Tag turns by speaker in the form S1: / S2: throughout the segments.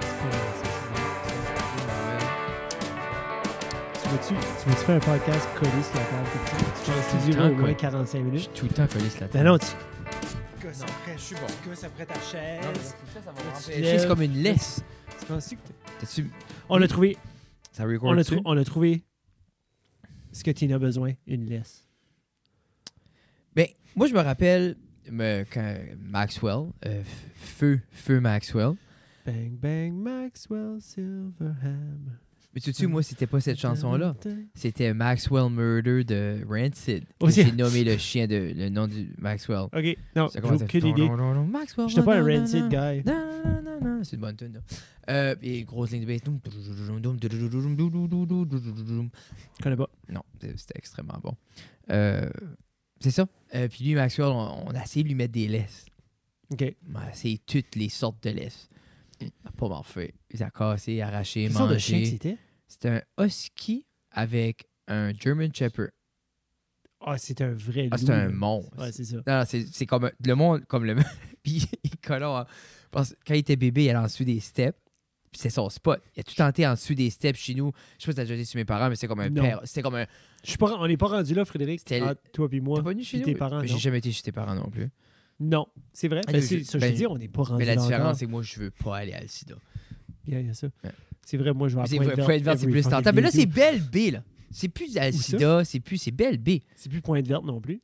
S1: Euh, veux-tu tu veux-tu faire un podcast collé sur la table? comme ça? Tu penses que tu
S2: Tout le
S1: dureras au
S2: temps,
S1: moins
S2: quoi.
S1: 45
S2: Je suis
S1: minutes?
S2: tout le temps collé sur la
S1: Ben
S2: table.
S1: non, tu tu
S2: Non,
S1: après,
S2: je suis bon.
S1: tu gosses après ta
S2: Non, mais
S1: chaise.
S2: ça, ça va
S1: Tu
S2: me
S1: te
S2: remplir.
S1: lèves.
S2: C'est comme une laisse.
S1: Tu penses-tu que t'es-
S2: T'as-tu...
S1: On a trouvé,
S2: Ça record
S1: on a, trou- on a trouvé ce que Tina a besoin, une laisse.
S2: Ben, moi, je me rappelle me- quand Maxwell, euh, f- Feu, Feu Maxwell.
S1: Bang, bang, Maxwell Silverham.
S2: Mais tu sais, moi, c'était pas cette chanson-là. C'était Maxwell Murder de Rancid.
S1: Oh,
S2: que
S1: c'est-
S2: J'ai nommé le chien de le nom du Maxwell.
S1: OK, non,
S2: Ça
S1: j'ai
S2: commence à-
S1: aucune idée.
S2: Maxwell.
S1: J'étais pas un
S2: nanana,
S1: rancid guy.
S2: nanana, nanana. C'est une bonne tune. là. Euh, et grosse ligne de bass.
S1: Je connais pas.
S2: Non, c'est- c'était extrêmement bon. Euh, c'est ça. Euh, puis lui, Maxwell, on, on a essayé de lui mettre des laisses.
S1: OK.
S2: On a essayé toutes les sortes de laisses. Il n'a pas mal fait. Il a cassé, arraché,
S1: Quelle sorte de chien que
S2: mangé.
S1: c'était?
S2: C'était un husky avec un German Shepherd.
S1: Ah, c'était un vrai
S2: Ah,
S1: loup,
S2: c'était un
S1: là.
S2: monstre.
S1: Ouais, c'est ça.
S2: Non, non, c'est c'est comme un- le monde, comme le. puis il collant. hein. Parce que quand il était bébé, il allait en dessous des steps. Puis c'est son spot. Il a tout tenté en dessous des steps chez nous. Je sais pas si t'as déjà été chez mes parents, mais c'est comme un
S1: Non.
S2: père. C'était comme un.
S1: Je suis pas, on n'est pas rendu là, Frédéric.
S2: C'était-
S1: Ah, toi puis moi.
S2: T'es pas venu chez
S1: puis
S2: nous?
S1: tes parents, non.
S2: J'ai jamais été chez tes parents non plus.
S1: Non, c'est vrai.
S2: Ah,
S1: Ben,
S2: je-
S1: c'est ça, je
S2: ben,
S1: te dis, on n'est pas rendu
S2: Mais la
S1: là encore.
S2: différence, c'est que moi, je veux pas aller à le sida.
S1: Il y a- il y a ça.
S2: Ouais.
S1: C'est vrai, moi, je vais à
S2: C'est vrai,
S1: Pointe-Verte
S2: Pointe Verte, c'est
S1: every
S2: plus
S1: fucking
S2: tentant. Mais là,
S1: day,
S2: c'est
S1: puis
S2: belle B, là. C'est plus à le
S1: Où ça?
S2: sida, c'est plus. C'est belle B.
S1: C'est plus Pointe-Verte non plus.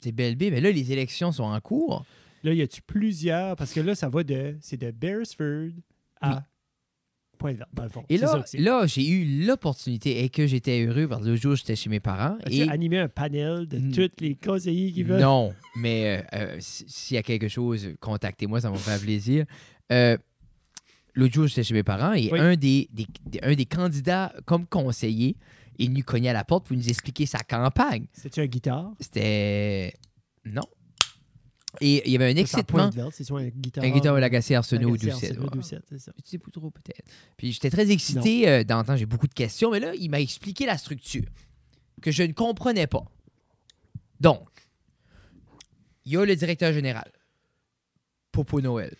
S2: C'est belle B, mais là, les élections sont en cours.
S1: Là, y a-tu plusieurs Parce que là, ça va de. C'est de Beresford à Pointe-Verte, dans le fond.
S2: Et
S1: C'est ça
S2: là,
S1: que c'est.
S2: là j'ai eu l'opportunité et que j'étais heureux parce que le jour, j'étais chez mes parents.
S1: As-tu
S2: Et
S1: animé un panel de
S2: Hmm.
S1: tous les conseillers qui veulent
S2: non, mais euh, euh, si- s'il y a quelque chose, contactez-moi, ça me fait plaisir. Euh, L'autre jour, j'étais chez mes parents et
S1: Oui.
S2: un, des, des- des- un des candidats comme conseiller est venu cogner à la porte pour nous expliquer sa campagne.
S1: C'était un guitare.
S2: C'était. Non. Et il y avait un
S1: Parce qu'en
S2: excitement.
S1: Pointe-Verte, c'est soit un guitare.
S2: Un guitare Lagacé
S1: un
S2: Arsenault ou
S1: guitare,
S2: Doucet.
S1: Arsenault,
S2: ouais.
S1: Doucette, c'est ça.
S2: Petit Boudreau, peut-être. Puis j'étais très excité euh, d'entendre, j'ai beaucoup de questions, mais là, il m'a expliqué la structure que je ne comprenais pas. Donc, il y a le directeur général, Popo Noël.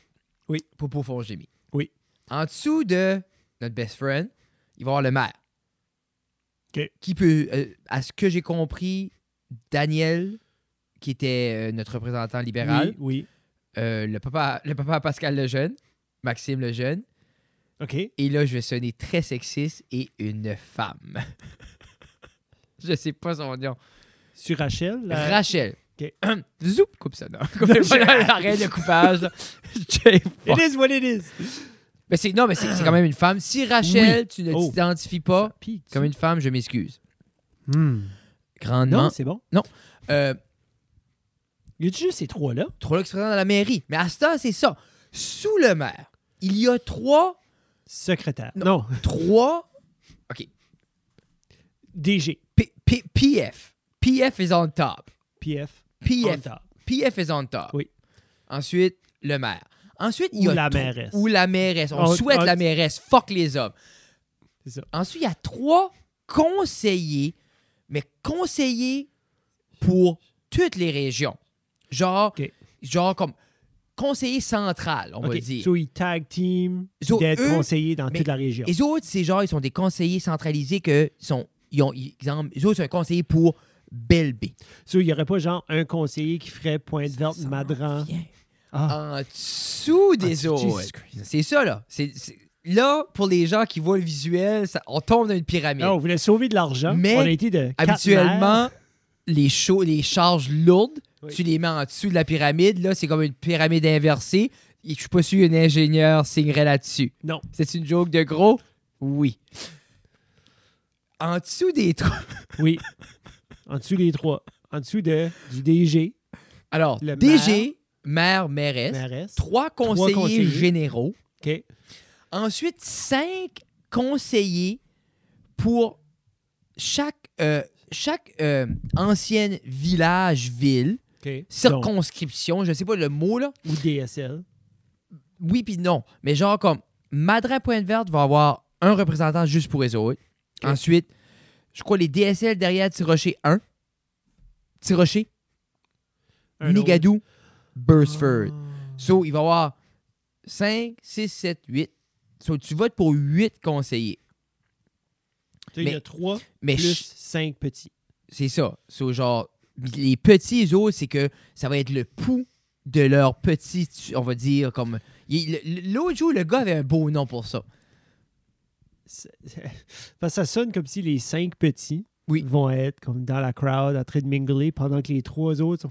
S1: Oui.
S2: Popo Fongémy.
S1: Oui.
S2: En dessous de notre best friend, il va y avoir le maire.
S1: OK.
S2: Qui peut, euh, à ce que j'ai compris, Daniel, qui était euh, notre représentant libéral,
S1: Oui, oui.
S2: euh, le, papa, le papa à Pascal Lejeune, Maxime Lejeune,
S1: OK.
S2: et là, je vais sonner très sexiste et une femme. je sais pas son nom.
S1: Sur Rachel, la-
S2: Rachel.
S1: Ok.
S2: Zoup, coupe ça. Non, Complètement l'arrêt de coupage. là. J'ai pas-
S1: It is what it is.
S2: mais c'est non, mais c'est c'est quand même une femme. Si Rachel, tu ne
S1: Oh.
S2: t'identifies pas
S1: Puis, tu-
S2: comme une femme, je m'excuse.
S1: Hmm. Non,
S2: Grandement.
S1: c'est bon.
S2: Euh,
S1: Y a juste ces trois-là?
S2: trois là qui se présentent dans la mairie. Mais à ce temps, c'est ça. Sous le maire, il y a trois.
S1: Secrétaire. Non.
S2: Trois.
S1: DG.
S2: P- P- PF. PF is on top.
S1: PF.
S2: PF.
S1: comptable.
S2: PF is on top.
S1: Oui.
S2: Ensuite, le maire. Ensuite, il y
S1: Ou
S2: a
S1: la
S2: tro-
S1: mairesse.
S2: Ou la mairesse. On
S1: On-
S2: souhaite
S1: on-
S2: la mairesse. Fuck les hommes.
S1: C'est ça.
S2: Ensuite, il y a trois conseillers, mais conseillers pour toutes les régions. Genre,
S1: OK.
S2: genre comme conseiller central, on
S1: OK.
S2: va dire.
S1: So, ils tag team
S2: So,
S1: d'être
S2: eux-
S1: conseillers dans
S2: mais-
S1: toute la région.
S2: Les autres, c'est genre, ils sont des conseillers centralisés que ils sont, ils ont, ils- exemple, les autres, c'est un conseiller pour Belbé.
S1: So, il n'y aurait pas genre un conseiller qui ferait Pointe-Verte,
S2: Ça
S1: Madran.
S2: Viens.
S1: Ah,
S2: en dessous des
S1: Hein? Ah,
S2: autres.
S1: Jesus Christ.
S2: C'est ça, là. C'est, c'est- Là, pour les gens qui voient le visuel, ça- on tombe dans une pyramide.
S1: Ah, on voulait sauver de l'argent.
S2: Mais,
S1: on a été de quatre maires.
S2: Habituellement, les, shows- les charges lourdes,
S1: Oui.
S2: tu les mets en dessous de la pyramide. Là, c'est comme une pyramide inversée. Et je suis pas sûr qu'un ingénieur signerait là-dessus.
S1: Non.
S2: C'est une joke de gros? Oui. En dessous des trous.
S1: Oui. en dessous des trois. En dessous de, du DG,
S2: Alors,
S1: Le
S2: DG, maire, mairesse,
S1: mairesse.
S2: trois conseillers
S1: conseillers.
S2: généraux.
S1: OK.
S2: Ensuite, cinq conseillers pour chaque, euh, chaque euh, ancienne village, ville,
S1: OK. Donc,
S2: circonscription, je sais pas le mot là.
S1: ou DSL.
S2: Oui puis non. Mais genre comme Madrin Pointe Verte va avoir un représentant juste pour eux autres.
S1: Ok.
S2: Ensuite, je crois les DSL derrière Tirocher 1. Tirocher,
S1: un
S2: Migadou,
S1: autre.
S2: Burstford.
S1: Ah.
S2: So, il va y avoir 5, 6, 7, 8. So, tu votes pour 8 conseillers.
S1: Tu sais, Il y
S2: Mais-
S1: a trois
S2: Mais
S1: plus
S2: ch-
S1: cinq petits.
S2: c'est ça. C'est genre, les petits autres, c'est que ça va être le pouls de leur petit, tu- on va dire, comme. il- le- L'autre jour, le gars avait un beau nom pour ça.
S1: C'est- c'est- Parce que ça sonne comme si les cinq petits
S2: Oui.
S1: vont être comme dans la crowd en train de mingler pendant que les trois autres sont.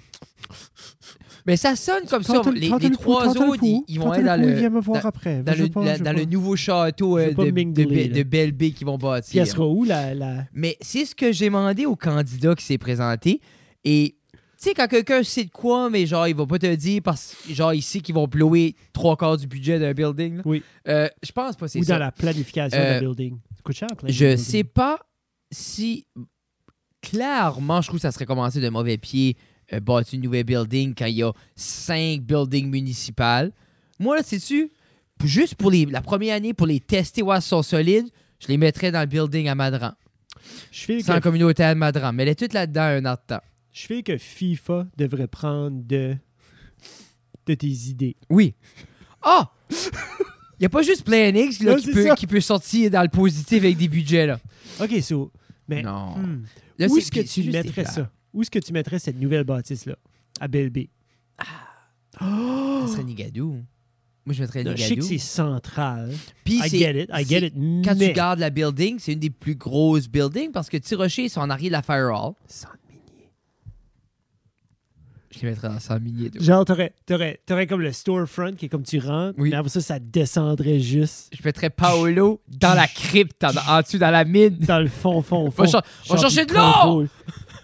S2: Mais ça sonne comme ça.
S1: Tente-
S2: Les,
S1: tente
S2: les
S1: le coup,
S2: trois
S1: tente le
S2: autres, ils,
S1: coup,
S2: ils vont
S1: tente
S2: être dans
S1: coup,
S2: le,
S1: viens me voir
S2: dans-
S1: après.
S2: dans
S1: Je
S2: le,
S1: pense,
S2: la-
S1: je
S2: dans le
S1: pense.
S2: nouveau château
S1: Je
S2: euh,
S1: vais pas
S2: de,
S1: me mingler,
S2: de Be-
S1: là.
S2: de Belle Bay qu'ils vont
S1: Puis
S2: bâtir.
S1: elle sera où la. la...
S2: Mais c'est ce que j'ai demandé au candidat qui s'est présenté. Et tu sais, quand quelqu'un sait de quoi, mais genre, il va pas te dire parce que, genre, il sait qu'ils vont blower trois quarts du budget d'un building. là.
S1: Oui.
S2: Euh, je pense pas, c'est
S1: Ou
S2: ça.
S1: dans la planification
S2: Euh,
S1: de building. Ça coûte cher, planifier un
S2: Je
S1: building.
S2: sais pas si. Clairement, je trouve que ça serait commencé de mauvais pied euh, bâtir une nouvelle building quand il y a cinq buildings municipales. Moi, là, sais-tu, juste pour les, la première année, pour les tester, voir si sont solides, je les mettrais dans le building à Madran.
S1: Je fais
S2: Sans
S1: que,
S2: communauté à Madran. Mais elle est toute là-dedans un an de temps.
S1: je fais que FIFA devrait prendre de, de tes idées.
S2: Oui. Ah! Il n'y a pas juste Planix là,
S1: Non,
S2: qui,
S1: c'est
S2: peut,
S1: ça.
S2: qui peut sortir dans le positif avec des budgets. Là.
S1: OK, so. Mais
S2: non.
S1: hmm,
S2: Là,
S1: où
S2: c'est-
S1: est-ce que
S2: puis c'est
S1: tu
S2: juste des
S1: mettrais
S2: plans.
S1: ça? Où est-ce que tu mettrais cette nouvelle bâtisse-là? À Belle Bay.
S2: Ça serait Nigadou. Moi, je mettrais
S1: Là, Je sais que
S2: Nigadou.
S1: c'est central.
S2: Puis
S1: I
S2: c'est-
S1: get it, I
S2: c'est-
S1: get it.
S2: Quand
S1: mais...
S2: tu gardes la building, c'est une des plus grosses buildings parce que Tirocher, ils sont en arrière de la Firewall.
S1: Centre minier.
S2: Je les mettrais dans 100 milliers d'euros.
S1: Genre, t'aurais, t'aurais, t'aurais comme le storefront qui est comme tu rentres,
S2: Oui.
S1: mais après ça, ça descendrait juste
S2: Je mettrais Paolo dans la crypte, en, en dessous, dans la mine.
S1: dans le fond, fond, fond.
S2: Va cher- va
S1: Genre,
S2: chercher
S1: il
S2: de l'or!
S1: contrôle-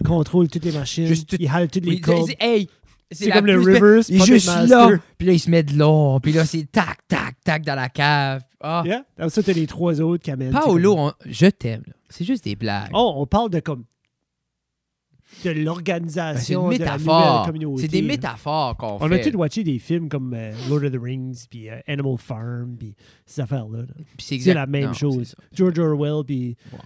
S1: Contrôle toutes les machines,
S2: Juste tout-
S1: il hale toutes
S2: Oui,
S1: les
S2: il-
S1: cordes.
S2: il- Hey!
S1: C'est
S2: la
S1: comme le
S2: plus belle-
S1: reverse
S2: Il est
S1: Puppet
S2: juste
S1: Master.
S2: là. Puis là, il se met de l'or. Puis là, c'est tac, tac, tac dans la cave. Ah.
S1: Yeah. Après ça, t'as les trois autres qui amènent.
S2: Paolo, on- je t'aime. là. C'est juste des blagues.
S1: Oh, on parle de comme de
S2: Ben, c'est
S1: l'organisation
S2: une
S1: de la nouvelle
S2: métaphore.
S1: communauté.
S2: C'est des métaphores qu'on
S1: On a
S2: fait.
S1: tous watché des films comme euh, Lord of the Rings, puis euh, Animal Farm, puis ces affaires-là. là.
S2: Puis c'est
S1: C'est
S2: exact-
S1: la même
S2: non,
S1: chose.
S2: c'est ça.
S1: George Orwell, puis
S2: Wow.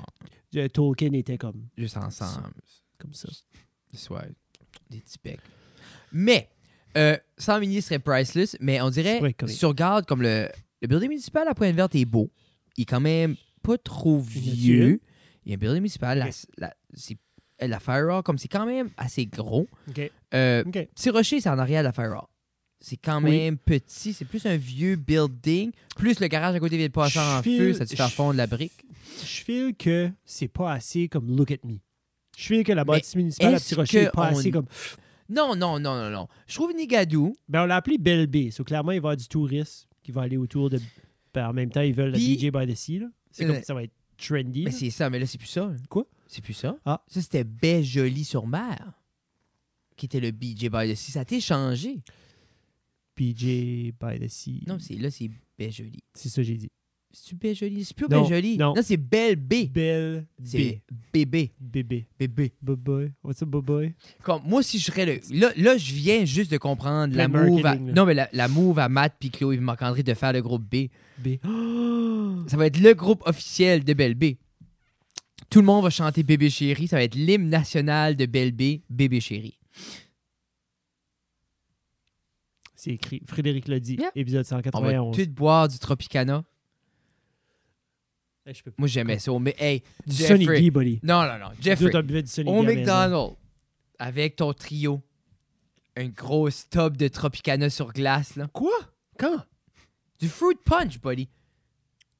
S1: euh, Tolkien étaient comme,
S2: Juste ensemble.
S1: comme ça.
S2: Soit des petits becs. Mais, euh, 100 milliers serait priceless, mais on dirait,
S1: Ouais, correct.
S2: si on regarde comme le, le building municipal à Pointe-Verte est beau, il est quand même pas trop
S1: Il est
S2: vieux. Il y a un building municipal, la,
S1: Ok.
S2: la, c'est- euh, la Firewall, comme c'est quand même assez gros.
S1: OK.
S2: Euh,
S1: OK.
S2: Petit Rocher, c'est en arrière de la Firewall. C'est quand
S1: Oui.
S2: même petit, c'est plus un vieux building, plus le garage à côté de passant en
S1: Je
S2: feu,
S1: file-
S2: ça te fait
S1: je-
S2: fondre la brique.
S1: Je feel que c'est pas assez comme Look at Me. Je feel que la bâtisse municipale à
S2: est-ce
S1: Petit Rocher
S2: que
S1: est pas
S2: on-
S1: assez comme.
S2: Non, non, non, non, non. Je trouve Nigadou,
S1: Ben, on l'a appelé Belle Bay. So, clairement, il va y avoir du tourisme qui va aller autour de. Ben, en même temps, ils veulent le
S2: Puis-
S1: DJ by the Sea. là. C'est
S2: Euh,
S1: comme ça va être trendy. là.
S2: Mais Ben, c'est ça, mais là, c'est plus ça. hein.
S1: Quoi?
S2: C'est plus ça.
S1: Ah.
S2: Ça, c'était Baie Jolie sur mer, qui était le BJ by the Sea. Ça a été changé.
S1: PJ by the Sea.
S2: Non, c'est là, c'est Baie Jolie.
S1: C'est ça que j'ai dit.
S2: C'est-tu Baie Jolie? C'est plus
S1: Non,
S2: Baie Jolie.
S1: non.
S2: c'est Belle B.
S1: Belle
S2: C'est
S1: B.
S2: bébé.
S1: Bébé.
S2: Bébé.
S1: Boboy. What's up, Boboy?
S2: Comme, moi, si je serais le. Là, là, je viens juste de comprendre
S1: Le
S2: la move, à...
S1: marketing, là.
S2: non, mais la, la move à Matt, puis Chloé, et Marc-André de faire le groupe B.
S1: B. Oh!
S2: Ça va être le groupe officiel de Belle B. Tout le monde va chanter Bébé Chéri. Ça va être l'hymne national de Belle B, Bébé Chéri.
S1: C'est écrit. Frédéric l'a dit.
S2: Yeah.
S1: Épisode
S2: On va
S1: 191.
S2: tout de boire du Tropicana.
S1: Hey, je peux pas.
S2: Moi, j'aimais ça. Mais, hey,
S1: Du
S2: Jeffrey.
S1: Sonny Guy, buddy.
S2: non, non, non.
S1: Nous
S2: Jeffrey,
S1: autres, on buvait du Sonny
S2: au
S1: Guy à la maison.
S2: McDonald's, avec ton trio, une grosse tub de Tropicana sur glace, là.
S1: Quoi? Quand?
S2: Du fruit punch, buddy.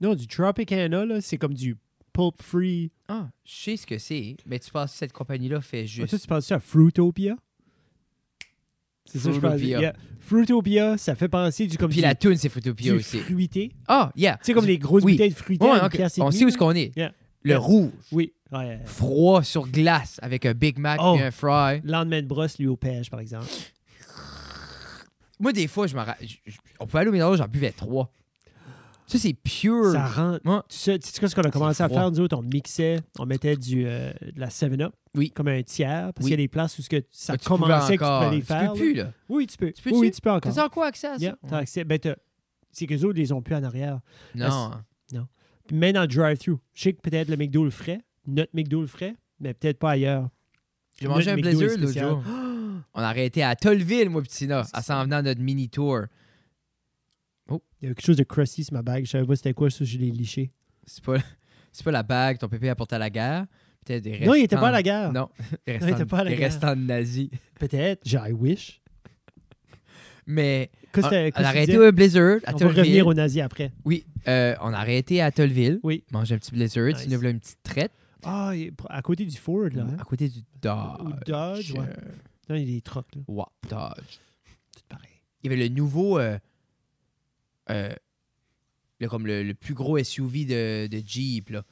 S1: Non, du Tropicana, là, c'est comme du pulp free.
S2: Ah, je sais ce que c'est, mais tu penses que cette compagnie-là fait
S1: Ah,
S2: juste.
S1: Toi, tu penses à Fruitopia? C'est ça, je pense.
S2: Fruitopia.
S1: Yeah. Fruitopia, ça fait penser du comme
S2: Puis
S1: du,
S2: la toune, c'est Fruitopia
S1: du
S2: aussi.
S1: fruité.
S2: Ah, yeah.
S1: Tu sais, comme
S2: Du-
S1: les grosses
S2: oui.
S1: bouteilles de fruité.
S2: Ouais,
S1: à une
S2: ok.
S1: pièce et
S2: On
S1: demie,
S2: sait où
S1: là.
S2: ce qu'on est.
S1: Yeah.
S2: Le
S1: Yeah.
S2: rouge,
S1: Oui. Ouais, euh, ouais, ouais.
S2: froid sur glace, avec un Big Mac
S1: Oh.
S2: et un fry.
S1: Lendemain de brosse, lui, au pêche, par exemple.
S2: Moi, des fois, je me ra- je- je- On pouvait aller au McDonald's, j'en buvais trois. Ça, c'est pure.
S1: Ça rentre.
S2: Ouais.
S1: Tu sais, tu sais quoi, ce qu'on a commencé à
S2: froid.
S1: faire, nous autres, on mixait, on mettait du, euh, de la 7-Up
S2: Oui.
S1: comme un tiers, parce qu'il
S2: Oui.
S1: y a des places où ce que ça
S2: Ah, tu pouvais
S1: commençait que tu
S2: encore.
S1: pouvais les faire.
S2: Tu
S1: là.
S2: peux plus, là.
S1: Oui, tu peux.
S2: Tu peux
S1: oui,
S2: dessus?
S1: tu peux encore.
S2: T'as encore accès à ça?
S1: Yeah, t'as accès. Ben, t'as- c'est qu'eux autres, ils les ont plus en arrière.
S2: Non.
S1: Puis même dans le drive-thru, je sais que peut-être le McDo le ferait, notre McDo le ferait, mais peut-être pas ailleurs.
S2: J'ai
S1: Notre
S2: mangé un
S1: McDo
S2: Blizzard
S1: est
S2: l'autre
S1: spécial.
S2: jour. On a arrêté à Tollville, moi, Petina,
S1: C'est
S2: à
S1: ça.
S2: s'en venant notre mini-tour.
S1: Il y avait quelque chose de crusty sur ma bague, je savais pas c'était quoi, ça, je l'ai liché.
S2: C'est pas... c'est C'est pas la bague, ton pépé apporté à la guerre. Peut-être des
S1: Non, il était
S2: restants-
S1: pas à la guerre.
S2: Non,
S1: il
S2: des
S1: était
S2: restants,
S1: pas à la
S2: des
S1: guerre.
S2: restants de nazis.
S1: Peut-être. Genre, I wish.
S2: Mais
S1: Qu'est-ce
S2: on,
S1: que-
S2: on a
S1: qu'est-ce que tu
S2: arrêté
S1: disais?
S2: au Blizzard à
S1: On va
S2: Tollville.
S1: revenir aux nazis après.
S2: Oui, euh, on a arrêté à Tollville.
S1: Oui.
S2: Manger un petit Blizzard,
S1: Nice.
S2: tu nous voulais une petite traite.
S1: Ah, il est pr- à côté du Ford, là. hein?
S2: À côté du
S1: Ou
S2: Dodge.
S1: Dodge, ouais.
S2: euh,
S1: Non, il y a des trottes, là.
S2: Ouais, Dodge. Tout pareil. Il y avait le nouveau. euh, euh, le- comme le, le plus gros SUV de, de Jeep. Là.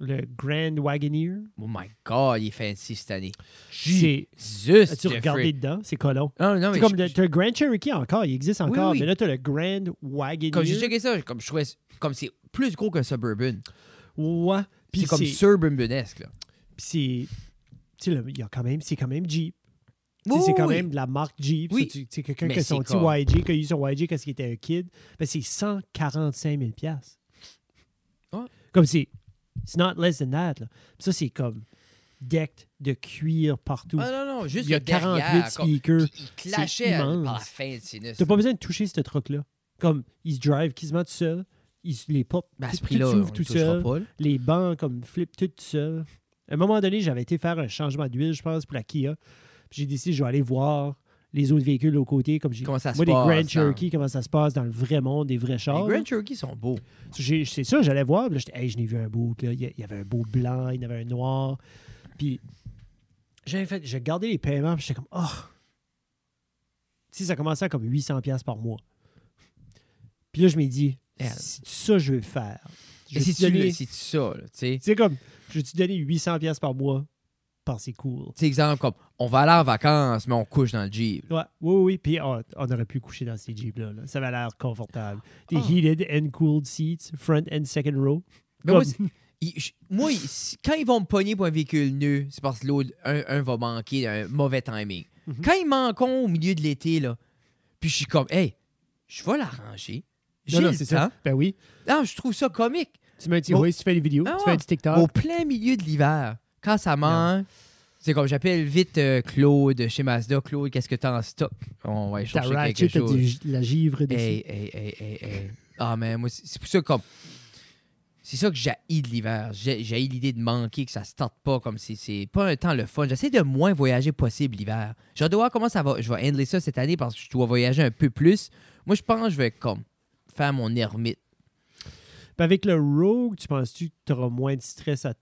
S1: Le Grand Wagoneer.
S2: Oh my god, il est fancy cette année.
S1: C'est-
S2: Jesus!
S1: As-tu
S2: Jeffrey.
S1: regardé dedans? C'est colon.
S2: Non, non, mais.
S1: C'est comme
S2: je-
S1: le, t'as le Grand Cherokee encore, il existe
S2: Oui,
S1: encore,
S2: oui.
S1: mais là, t'as le Grand Wagoneer.
S2: comme j'ai checké ça, comme je trouvais. Comme c'est plus gros que Suburban.
S1: Ouais. Puis
S2: C'est comme
S1: c'est-
S2: Suburbanesque. Là.
S1: Puis c'est. Tu sais, le- il y a quand même, c'est quand même Jeep. Tu sais, c'est quand même de la marque Jeep.
S2: Oui.
S1: Ça, tu- C'est quelqu'un
S2: Mais
S1: qui a son petit
S2: c'est comme-
S1: YG, qui a eu son YG quand il était un kid. Ben, c'est 145 000
S2: Ouais.
S1: Comme c'est. It's not less than that. là. Ça, c'est comme decked de cuir partout.
S2: Ah non, non, juste
S1: il y a
S2: le derrière,
S1: 48
S2: comme-
S1: speakers.
S2: Puis il clashait à- par la
S1: immense.
S2: fanciness.
S1: T'as pas besoin de toucher ce truc-là. Comme, il se drive quasiment tout seul. Il se les porte.
S2: Ben, à
S1: tout-
S2: ce prix-là,
S1: tout
S2: on
S1: s'ouvre
S2: le
S1: tout
S2: touchera
S1: seul.
S2: pas, là.
S1: les bancs comme flip tout seul. À un moment donné, j'avais été faire un changement d'huile, je pense, pour la Kia. Puis j'ai décidé, je vais aller voir les autres véhicules au côté, comme j'ai
S2: Comment ça se
S1: moi les
S2: passe,
S1: Grand
S2: hein?
S1: Cherokee, comment ça se passe dans le vrai monde, des vrais
S2: Les
S1: chars. là.
S2: Grand Cherokee sont beaux.
S1: J'ai- C'est ça, j'allais voir. puis là, j'étais, hey, je n'ai vu un beau. Puis là, il y a- il y avait un beau blanc, il y en avait un noir. Puis j'avais fait, j'ai gardé les paiements, puis j'étais comme, oh, si ça commençait à comme 800 pièces par mois. Puis là, je m'ai dit,
S2: Merde.
S1: c'est ça je veux faire. Je
S2: Et
S1: vais
S2: si
S1: te
S2: tu
S1: donner-
S2: le- si tu ça, là, tu sais.
S1: c'est comme, je vais te donner 800 pièces par mois par c'est cool.
S2: Tu sais, exemple, comme on va aller en vacances, mais on couche dans le Jeep.
S1: Ouais, oui, oui, oui. Puis on, on aurait pu coucher dans ces Jeeps-là. là. Ça avait l'air confortable. Des
S2: Ah.
S1: heated and cooled seats, front and second row.
S2: Mais moi,
S1: Comme-
S2: c'est- il- je- moi, il- si- quand ils vont me pogner pour un véhicule nœud, c'est parce que l'autre, un, un va manquer d'un mauvais timing.
S1: Mhm.
S2: Quand ils manquent au milieu de l'été, là, puis je suis comme, hey, je vais l'arranger. J'ai
S1: Non, non,
S2: le
S1: c'est
S2: temps.
S1: ça. Ben oui.
S2: Non, je trouve ça comique.
S1: Tu mets un petit
S2: Bon.
S1: voice, tu fais des vidéos,
S2: Ah
S1: tu
S2: ouais.
S1: fais un petit TikTok.
S2: Au plein milieu de l'hiver, quand ça manque, c'est comme j'appelle vite euh, Claude chez Mazda. Claude, qu'est-ce que t'as en stock? On va y
S1: T'as
S2: chercher
S1: ratchet,
S2: quelque
S1: t'as
S2: chose.
S1: du- de la givre dessus.
S2: Hey, hey, hey, hey, hey. Ah, mais moi, c'est c'est pour ça que comme. C'est ça que j'ai de l'hiver. J'ai j'haïs l'idée de manquer, que ça se tente pas, comme si c'est pas un temps le fun. J'essaie de moins voyager possible l'hiver. J'ai hâte de voir comment ça va. Je vais handler ça cette année parce que je dois voyager un peu plus. Moi, je pense que je vais comme faire mon ermite.
S1: Puis avec le Rogue, tu penses-tu que tu auras moins de stress à te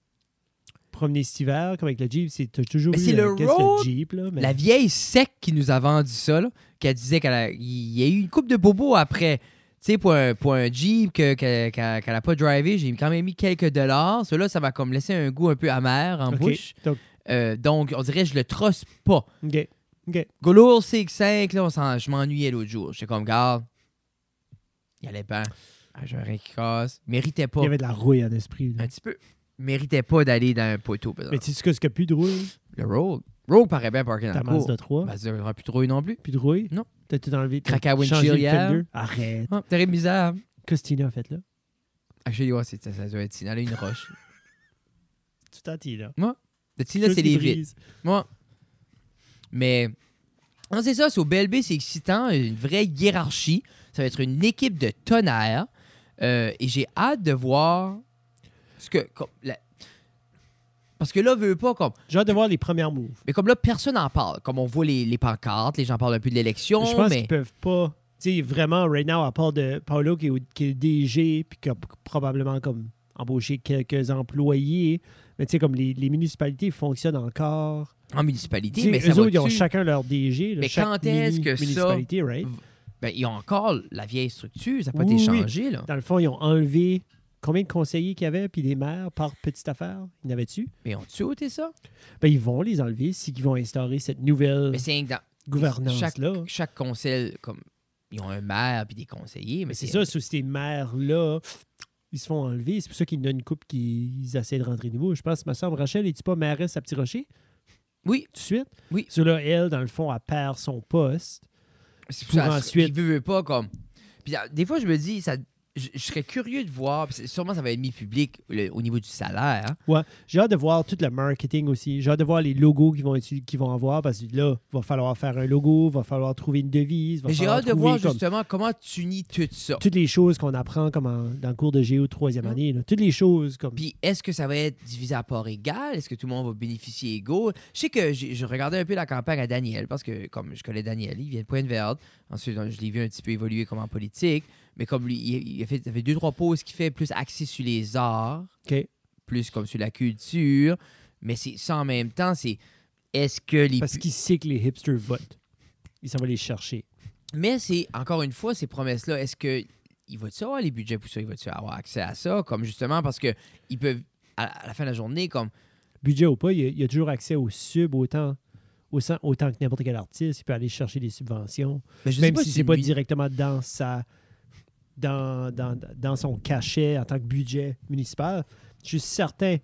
S1: promener cet hiver? Comme avec le Jeep, c'est- t'as toujours
S2: Mais
S1: eu
S2: c'est
S1: le,
S2: le
S1: qu'est-ce que
S2: Rogue,
S1: Jeep, là. Mais
S2: La vieille sec qui nous a vendu ça, là, qu'elle disait qu'elle a- il y a eu une coupe de bobos après. Tu sais, pour un, pour un Jeep que- que- qu'elle n'a pas drivé, j'ai quand même mis quelques dollars. Cela, ça m'a comme laissé un goût un peu amer en
S1: OK.
S2: bouche.
S1: Donc,
S2: Euh, donc, on dirait que je le trosse pas.
S1: OK. OK.
S2: Golour CX5, là, on s'en- je m'ennuyais l'autre jour. J'étais comme, garde, il allait bien. Ah, J'ai un rein qui casse. Méritait pas.
S1: Il y avait de la rouille en esprit. là.
S2: Un petit peu. Méritait pas d'aller dans un poteau. par
S1: Mais
S2: exemple.
S1: tu sais ce que ce qu'il y a plus de rouille?
S2: Le Rogue. Rogue paraît bien parké dans
S1: Ta
S2: la cour.
S1: Mazda 3.
S2: Mazda n'aura plus trop eu non plus.
S1: Plus de rouille?
S2: Non.
S1: T'as tout enlevé? t'as
S2: Craqué à
S1: changé
S2: windshield
S1: le
S2: hier.
S1: fender? Arrête.
S2: Ah, terrible bizarre.
S1: Costina a fait là.
S2: Actually, ouais, c'est- ça, ça doit être Tina. Elle a une roche.
S1: Tu t'attends là.
S2: Le Tina,
S1: Juste
S2: c'est les vitres.
S1: brises.
S2: Moi. Mais. Non, c'est ça, c'est au BLB, c'est excitant, une vraie hiérarchie. Ça va être une équipe de tonnerre. Euh, et j'ai hâte de voir. Ce que. comme, la- Parce que là, veut pas comme.
S1: J'ai hâte de voir les premières moves.
S2: Mais comme là, personne n'en parle. Comme on voit les, les pancartes, les gens parlent un peu de l'élection.
S1: Je pense
S2: mais...
S1: qu'ils peuvent pas. Tu sais, vraiment, right now, à part de Paolo qui est, au- qui est le DG puis qui a p- probablement comme embauché quelques employés, mais tu sais, comme les, les municipalités fonctionnent encore.
S2: En municipalité,
S1: Tu sais,
S2: mais
S1: eux
S2: ça
S1: autres, ils ont
S2: va-tu-
S1: chacun leur DG. là,
S2: Mais
S1: chaque
S2: quand est-ce que ça-
S1: municipalité, right?
S2: Ben, ils ont encore la vieille structure, ça n'a pas
S1: Oui,
S2: été
S1: oui.
S2: changé, là.
S1: Dans le fond, ils ont enlevé combien de conseillers qu'il y avait puis des maires par petite affaire. Ils n'avaient tu
S2: Mais ont-tu ôté ça?
S1: Ben, ils vont les enlever si ils vont instaurer cette nouvelle
S2: Mais c'est dans chaque,
S1: gouvernance-là.
S2: chaque conseil, comme. Ils ont un maire puis des conseillers, mais
S1: Mais c'est ça, sous ces maires-là, ils se font enlever. C'est pour ça qu'il y en a une couple qui essaient de rentrer nouveau. Je pense, ma soeur Rachel, est-tu pas mairesse à Petit Rocher
S2: Oui,
S1: tout de suite?
S2: Oui.
S1: Cela, elle, dans le fond, elle perd son poste.
S2: C'est
S1: Pour
S2: ça,
S1: ensuite-
S2: Il veut, veut pas comme. Puis, euh, des ah, fois, je me dis, ça, je, je serais curieux de voir, puis c'est- sûrement ça va être mis public le- au niveau du salaire. hein.
S1: Ouais, j'ai hâte de voir tout le marketing aussi. J'ai hâte de voir les logos qu'ils vont, utu- qu'ils vont avoir parce que là, il va falloir faire un logo, il va falloir trouver une devise. va
S2: Mais j'ai
S1: falloir
S2: hâte de
S1: trouver
S2: voir
S1: comme
S2: justement comment tu unis tout ça.
S1: Toutes les choses qu'on apprend comme en- dans le cours de Géo de troisième
S2: Mm.
S1: année. là. Toutes les choses comme.
S2: Puis est-ce que ça va être divisé à part égale? Est-ce que tout le monde va bénéficier égaux? Je sais que j'ai- je regardais un peu la campagne à Daniel, parce que comme je connais Daniel, il vient de Pointe-Verte. Ensuite, je l'ai vu un petit peu évoluer comme en politique. Mais comme lui, il, il a fait, ça fait deux, trois pauses qui fait plus axé sur les arts,
S1: OK.
S2: plus comme sur la culture. Mais c'est ça en même temps, c'est est-ce que les.
S1: Parce qu'il sait que les hipsters votent. Il s'en va les chercher.
S2: Mais c'est, encore une fois, ces promesses-là, est-ce que il va-tu avoir les budgets pour ça? Il va-tu avoir accès à ça? Comme justement, parce que ils peuvent, à, à la fin de la journée, comme.
S1: Budget ou pas, il y a, il y a toujours accès aux subs autant, au cent- autant que n'importe quel artiste. Il peut aller chercher des subventions.
S2: Ben, je sais
S1: Même si c'est
S2: une
S1: pas
S2: mini-
S1: directement dans sa dans, dans, dans son cachet en tant que budget municipal, je suis certain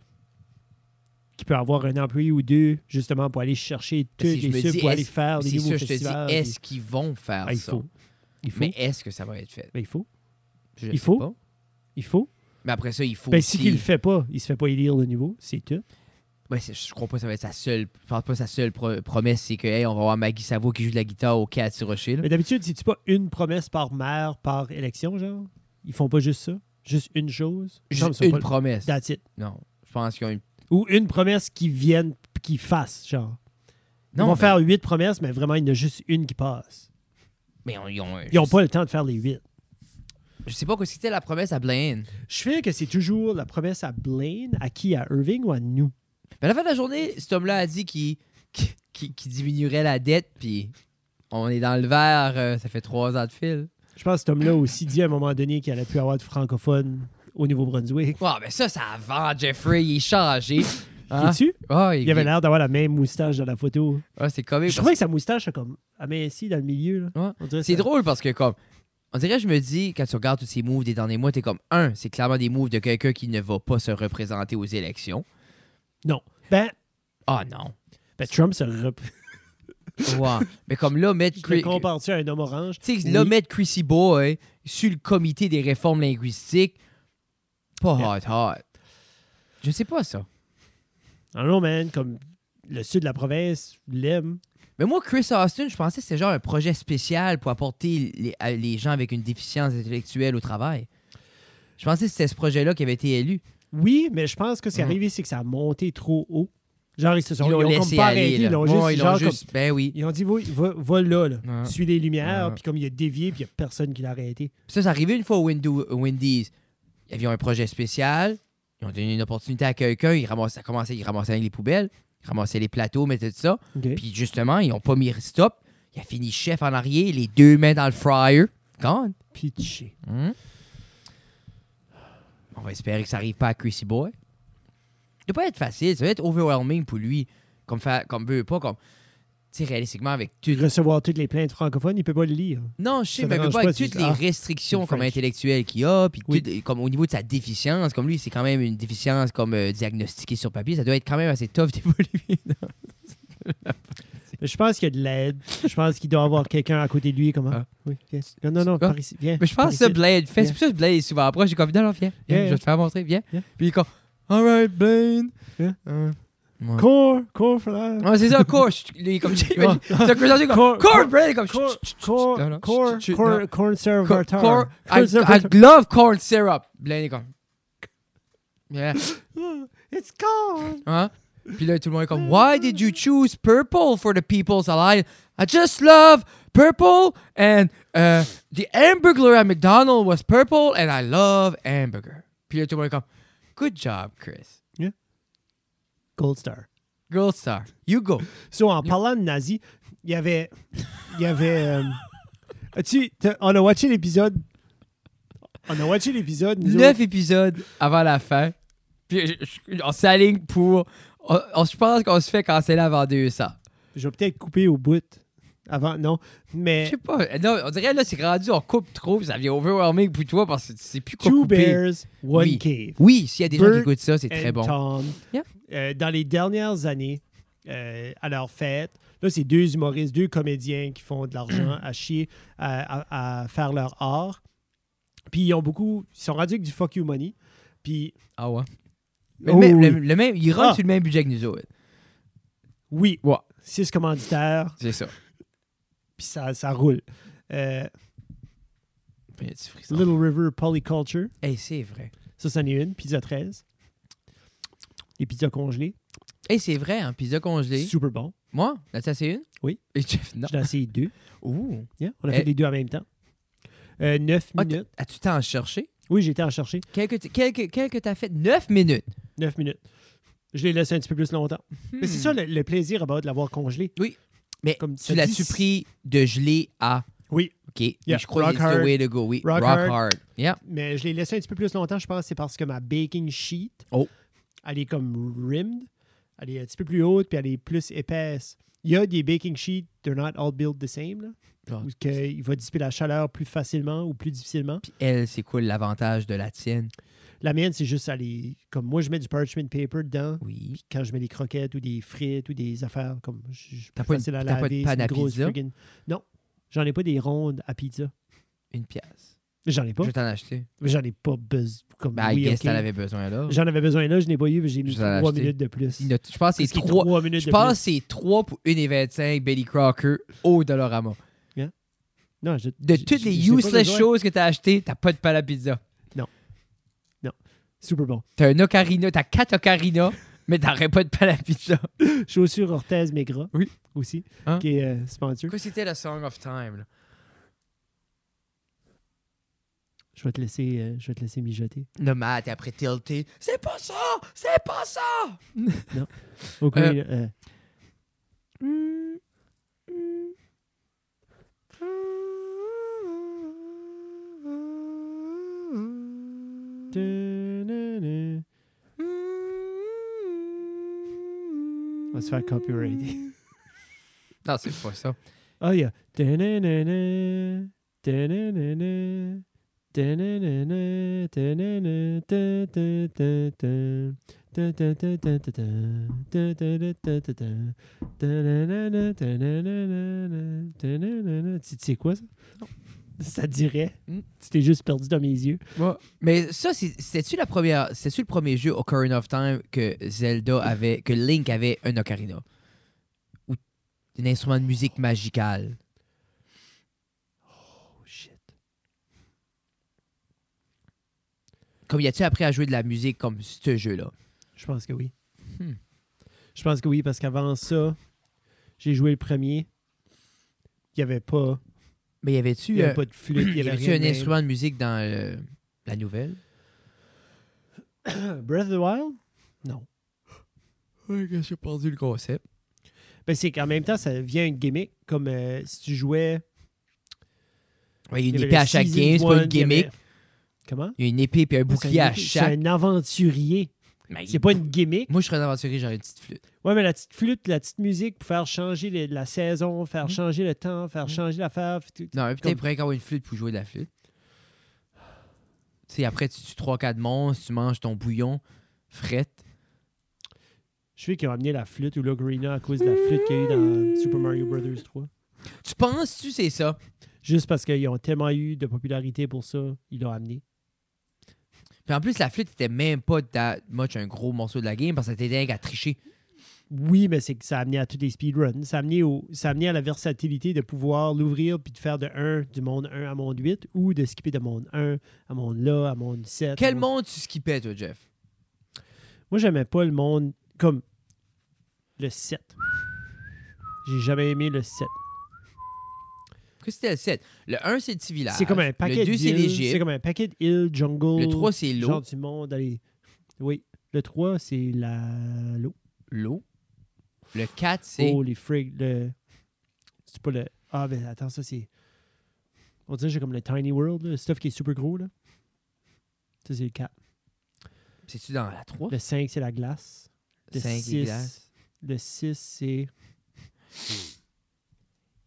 S1: qu'il peut avoir un employé ou deux justement pour aller chercher tous
S2: si je me
S1: les subs
S2: dis,
S1: pour aller
S2: est-ce-
S1: faire des
S2: C'est
S1: nouveaux
S2: ça, je te dis,
S1: festivals.
S2: est-ce qu'ils vont faire
S1: Ah, il
S2: ça?
S1: faut. Il faut.
S2: Mais est-ce que ça va être fait?
S1: Ben, il faut.
S2: Je
S1: Il
S2: sais
S1: faut.
S2: pas.
S1: Il faut.
S2: Mais après ça, il faut
S1: Ben,
S2: aussi...
S1: si il le fait pas, il se fait pas élire de nouveau, c'est tout.
S2: Ouais, c'est- je crois pas que ça va être sa seule... Je pense pas que sa seule pro- promesse, c'est que, hey, on va avoir Maggie Savo qui joue de la guitare au quai à Tirocher. là.
S1: Mais d'habitude, si tu pas une promesse par maire, par élection, genre, ils font pas juste ça. Juste une chose. Il me semble
S2: Juste
S1: que c'est
S2: une
S1: pas-
S2: promesse.
S1: That's it.
S2: Non, je pense qu'ils ont une...
S1: Ou une promesse qui vienne, qui fasse, genre. Ils
S2: Non,
S1: vont
S2: mais-
S1: faire huit promesses, mais vraiment, il y en a juste une qui passe.
S2: Mais on- ils ont... un-
S1: Ils n'ont pas le temps de faire les huit.
S2: Je sais pas que c'était la promesse à Blaine.
S1: Je fais que c'est toujours la promesse à Blaine, à qui À Irving ou à nous
S2: Mais à la fin de la journée, cet homme-là a dit qu'il qu'il- qu'il- qu'il diminuerait la dette, puis on est dans le vert, euh, ça fait trois ans de fil.
S1: Je pense que cet homme-là aussi dit à un moment donné qu'il allait plus avoir de francophones au Nouveau-Brunswick.
S2: Ouais, mais Ah, ben ça, ça vend, Jeffrey, il est changé. Hein?
S1: Es-tu?
S2: Ah, il-
S1: Il avait l'air d'avoir la même moustache dans la photo.
S2: Ah, c'est comique.
S1: Je
S2: parce-
S1: trouvais que sa moustache a comme ici dans le milieu. là.
S2: Ouais.
S1: On dirait
S2: C'est
S1: ça-
S2: drôle parce que, comme, on dirait, je me dis, quand tu regardes tous ces moves des derniers mois, t'es comme, un, c'est clairement des moves de quelqu'un qui ne va pas se représenter aux élections.
S1: Non. Ben,
S2: Ah non.
S1: ben, Trump se rep...
S2: Ouais. Mais comme là, mettre,
S1: Je
S2: Chris-
S1: le compare-tu à un homme orange?
S2: tu sais,
S1: Oui.
S2: là, mettre Chrissy Boy sur le comité des réformes linguistiques, pas
S1: Yeah.
S2: hot, hot. Je sais pas ça.
S1: Ah non, man, comme le sud de la province l'aime.
S2: Mais moi, Chris Austin, je pensais que c'était genre un projet spécial pour apporter les, à- les gens avec une déficience intellectuelle au travail. Je pensais que c'était ce projet-là qui avait été élu.
S1: Oui, mais je pense que ce qui est
S2: Mhm.
S1: arrivé, c'est que ça a monté trop haut. Genre, ils se sont
S2: ils l'ont
S1: ont
S2: laissé
S1: comme pas
S2: aller.
S1: arrêté,
S2: là.
S1: ils l'ont
S2: Ouais,
S1: juste,
S2: ils l'ont
S1: genre,
S2: juste- Ben
S1: comme-
S2: oui.
S1: ils ont dit, va, va- va là, là.
S2: Ouais.
S1: suis les lumières,
S2: Ouais.
S1: puis comme il a dévié, puis il y a personne qui l'a arrêté.
S2: Ça, c'est arrivé une fois au Windu- au Wendy's. Ils avaient un projet spécial. Ils ont donné une opportunité à quelqu'un. Ils ramassaient, ça commençait, ils ramassaient avec les poubelles. Ils ramassaient les plateaux, mettaient tout ça. Puis justement, ils n'ont pas mis stop. Il a fini chef en arrière, les deux mains dans le fryer. Gone.
S1: Pitché.
S2: Hmm. On va espérer que ça arrive pas à Chrissy Boy. Ça doit pas être facile, ça doit être overwhelming pour lui. Comme, fa- comme veut pas, comme. Tu sais, réalistiquement, avec tout.
S1: Recevoir toutes les plaintes francophones, il peut pas le lire.
S2: Non, je sais,
S1: Ça
S2: mais veut
S1: dérange
S2: pas avec
S1: pas, tu
S2: toutes
S1: dis,
S2: les
S1: ah,
S2: restrictions
S1: le
S2: comme
S1: French.
S2: intellectuelles qu'il a, puis
S1: Oui.
S2: tout- comme au niveau de sa déficience, comme lui, c'est quand même une déficience comme euh, diagnostiquée sur papier, ça doit être quand même assez tough d'évoluer.
S1: Mais je pense qu'il y a de l'aide. Je pense qu'il doit avoir quelqu'un à côté de lui. Comment?
S2: Ah.
S1: Oui, viens. Non, non, non,
S2: Ah.
S1: par ici. Viens.
S2: Mais je
S1: par
S2: pense que ça,
S1: ici.
S2: Blade fait.
S1: Yeah.
S2: C'est pour ça que Blade est souvent approche. J'ai comme, non, non, viens, viens,
S1: Yeah,
S2: je vais te faire montrer, viens.
S1: Yeah.
S2: Puis il est comme, alright, Blade.
S1: Yeah.
S2: Euh, ouais.
S1: Core, core, frère.
S2: Ouais, c'est ça, core. je- Il est comme. Tu
S1: Ouais.
S2: as présenté comme.
S1: Core-
S2: Core, Brad! Comme.
S1: Core,
S2: chut, chut, chut,
S1: core,
S2: non, non,
S1: core,
S2: chut, chut,
S1: core,
S2: non.
S1: corn
S2: Core.
S1: servitor.
S2: core- I,
S1: Corn servitor.
S2: I love corn syrup. Blaine est comme. Yeah.
S1: It's corn.
S2: Hein? Puis là, tout le monde est comme. Why did you choose purple for the People's Alliance? I just love purple and. Uh, the hamburger at McDonald's was purple and I love hamburger. Puis là, tout le monde est comme. Good job, Chris.
S1: Gold star.
S2: Gold star. You go.
S1: So, en parlant de nazis, il y avait. Il y avait. euh, as-tu- t'as- on a watché l'épisode. On a watché l'épisode. nous
S2: Neuf
S1: autres.
S2: épisodes avant la fin. Puis je- je- on s'aligne pour. on- on- je pense qu'on se fait canceller avant 200.
S1: Je vais peut-être couper au bout. Avant, non.
S2: Je
S1: Mais.
S2: sais pas. Non, on dirait là, c'est rendu, on coupe trop, puis ça devient overwhelming pour toi parce que tu sais plus quoi
S1: Two
S2: couper.
S1: Bears, One
S2: Oui.
S1: Cave.
S2: Oui, s'il y a des gens qui
S1: Bert
S2: écoutent ça, c'est
S1: and
S2: très bon.
S1: Tom.
S2: Yeah.
S1: Euh, dans les dernières années, euh, à leur fête, là, c'est deux humoristes,
S2: Mm.
S1: deux comédiens qui font de l'argent à chier, à, à- à faire leur art. Puis ils ont beaucoup. Ils sont rendus avec du fuck you money. Puis
S2: Ah ouais. Mais
S1: Oh
S2: le, même-
S1: oui.
S2: le- le même, ils rentrent
S1: Ah.
S2: sur le même budget que nous autres.
S1: oui,
S2: Ouais,
S1: six commanditaires,
S2: c'est ça.
S1: puis ça, ça roule. Euh,
S2: Il y a du frisson.
S1: Little River Polyculture,
S2: Hey, c'est vrai.
S1: ça, c'en est une. Pizza 13. Les pizzas congelées,
S2: Hey, c'est vrai, hein, pizza congelée.
S1: super bon.
S2: Moi, la tasse une?
S1: Oui.
S2: Et Jeff, non.
S1: J'en ai essayé deux.
S2: Ouh.
S1: Yeah, On a
S2: Eh.
S1: fait les deux en même temps. Euh, neuf
S2: Ah,
S1: minutes.
S2: As-tu t'en cherché?
S1: Oui, j'étais en chercher.
S2: Quel que t- quel que quel que t'as fait? 9 minutes.
S1: Neuf minutes. Je l'ai laissé un petit peu plus longtemps. Mais c'est ça
S2: Hmm.
S1: le, le plaisir à bord de l'avoir congelé.
S2: Mais
S1: Comme
S2: tu l'as-tu
S1: dit-
S2: pris de gelé à.
S1: Oui.
S2: OK. Et
S1: Yeah,
S2: Je crois
S1: rock
S2: que c'est
S1: hard.
S2: the way to go. Oui.
S1: Rock
S2: Rock,
S1: hard.
S2: hard. Yeah.
S1: Mais je l'ai laissé un petit peu plus longtemps, je pense, c'est parce que ma baking sheet,
S2: Oh.
S1: elle est comme rimmed. Elle est un petit peu plus haute, puis elle est plus épaisse. Il y a des baking sheets, they're not all built the same, là,
S2: Ah.
S1: où que il va dissiper la chaleur plus facilement ou plus difficilement.
S2: Puis elle, c'est quoi l'avantage de la tienne?
S1: La mienne, c'est juste, elle est- comme moi, je mets du parchment paper dedans,
S2: Oui.
S1: puis quand je mets des croquettes ou des frites ou des affaires, comme je, je
S2: T'as
S1: plus
S2: pas une-
S1: facile à
S2: t'as pas de
S1: laver,
S2: panne
S1: c'est
S2: à
S1: une grosse
S2: pizza?
S1: friggin- Non, j'en ai pas des rondes à pizza.
S2: Une pièce.
S1: J'en ai pas.
S2: Je vais t'en acheter.
S1: J'en ai pas besoin. Comme,
S2: Ben,
S1: oui,
S2: I guess
S1: ok.
S2: t'en avais besoin là.
S1: J'en avais besoin là, je n'ai pas eu, mais j'ai mis
S2: Je l'ai
S1: trois
S2: acheté.
S1: minutes de plus.
S2: Il y en a- Je pense que
S1: Parce
S2: c'est
S1: qu'il est
S2: 3.
S1: trois minutes
S2: Je
S1: de
S2: pense que c'est 3 pour 1,25 Betty Crocker au Dollarama.
S1: plus. Non, je-
S2: De
S1: je-
S2: toutes
S1: je-
S2: les
S1: je n'ai pas
S2: useless
S1: besoin.
S2: choses que t'as achetées, t'as pas de pan à pizza.
S1: Super bon.
S2: T'as un ocarina, t'as 4 ocarinas, mais t'aurais pas de pan à pizza.
S1: Chaussures Orthez Maigra.
S2: Oui.
S1: Aussi.
S2: Hein?
S1: Qui est euh, sponsor.
S2: Quoi, c'était le Song of Time? là?
S1: Je vais te laisser, euh, je vais te laisser mijoter.
S2: Nomade, et après Tilté. C'est pas ça! C'est pas ça!
S1: Ok.
S2: Euh.
S1: euh, ta-na-na. On va se faire copyrighter.
S2: Non, c'est pas ça.
S1: Ah, il y a. Ta-na-na-na, ta-na-na-na, ta-na-na-na, ta-na-na, ta-ta-ta-ta, ta-ta-ta-ta-ta-ta, ta-ta-ta-ta-ta-ta, ta-na-na-na, ta-na-na-na-na, ta-na-na-na. Tu tu sais quoi, ça? Ça te dirait.
S2: Hmm.
S1: Tu t'es juste perdu dans mes yeux.
S2: Mais ça, c'est- c'était-tu la première. C'était-tu le premier jeu Ocarina of Time que Zelda avait. que Link avait un Ocarina? Ou un instrument de musique magicale?
S1: Oh, shit.
S2: Comme y a-tu appris à jouer de la musique comme ce jeu-là?
S1: Je pense que oui.
S2: Hmm.
S1: Je pense que oui, parce qu'avant ça, j'ai joué le premier. Il n'y avait pas,
S2: Mais y
S1: il
S2: avait-tu.
S1: y avait
S2: euh,
S1: pas de flûte, il n'y
S2: y
S1: avait
S2: avait-tu
S1: rien.
S2: un
S1: de même.
S2: instrument de musique dans euh, la nouvelle?
S1: Breath of the Wild? Non.
S2: Oui, que j'ai perdu le concept.
S1: Ben, c'est qu'en même temps, ça vient une gimmick, comme euh, si tu jouais...
S2: Ouais,
S1: il
S2: y a
S1: y
S2: une
S1: avait
S2: épée
S1: le
S2: à chaque
S1: Seasoned
S2: game, c'est
S1: One,
S2: pas une
S1: il y avait-
S2: gimmick.
S1: Comment?
S2: Il y a une épée puis un
S1: C'est
S2: bouclier
S1: un-
S2: à chaque.
S1: C'est un aventurier.
S2: Mais
S1: C'est pas une gimmick.
S2: Moi, je serais un aventurier, j'aurais une petite flûte.
S1: Ouais, mais la petite flûte, la petite musique pour faire changer les- la saison, faire
S2: Mm.
S1: changer le temps, faire
S2: Mm.
S1: changer l'affaire. puis tout.
S2: Non, un putain,
S1: Comme-
S2: il pourrait avoir une flûte pour jouer de la flûte. Tu sais, après, tu tues 3-4 monstres, tu manges ton bouillon, frette.
S1: Je sais qu'ils ont amené la flûte ou l'ocarina à cause de la flûte qu'il y a eu dans Super Mario Bros. 3.
S2: Tu penses-tu, c'est ça?
S1: Juste parce qu'ils ont tellement eu de popularité pour ça, ils l'ont amené.
S2: Puis en plus, la flûte était même pas that much un gros morceau de la game parce que t'étais dingue à tricher.
S1: Oui, mais c'est que ça a amené à tous les speedruns. Ça a amené, au, ça a amené à la versatilité de pouvoir l'ouvrir puis de faire de 1 du monde 1 à monde 8 ou de skipper de monde 1 à monde là, à monde 7. à
S2: Quel
S1: monde-
S2: monde tu skippais, toi, Jeff?
S1: Moi, j'aimais pas le monde comme le 7. J'ai jamais aimé le 7.
S2: Qu'est-ce que c'était le 7? Le 1, c'est le petit village.
S1: C'est comme un paquet
S2: Le 2, c'est
S1: d'îles. C'est
S2: l'Égypte.
S1: comme un paquet d'îles, jungle.
S2: Le 3, c'est
S1: genre
S2: l'eau.
S1: du monde. allez. Oui. Le 3, c'est la... l'eau.
S2: L'eau. Le 4, c'est.
S1: Oh, les frig. Le... C'est pas le. Ah, ben attends, ça c'est. On dirait que j'ai comme le Tiny World, là, le stuff qui est super gros. là. Ça, c'est le 4.
S2: C'est-tu dans la 3?
S1: Le 5, c'est la glace. Le
S2: Le 5
S1: six.
S2: glaces.
S1: Le 6, c'est.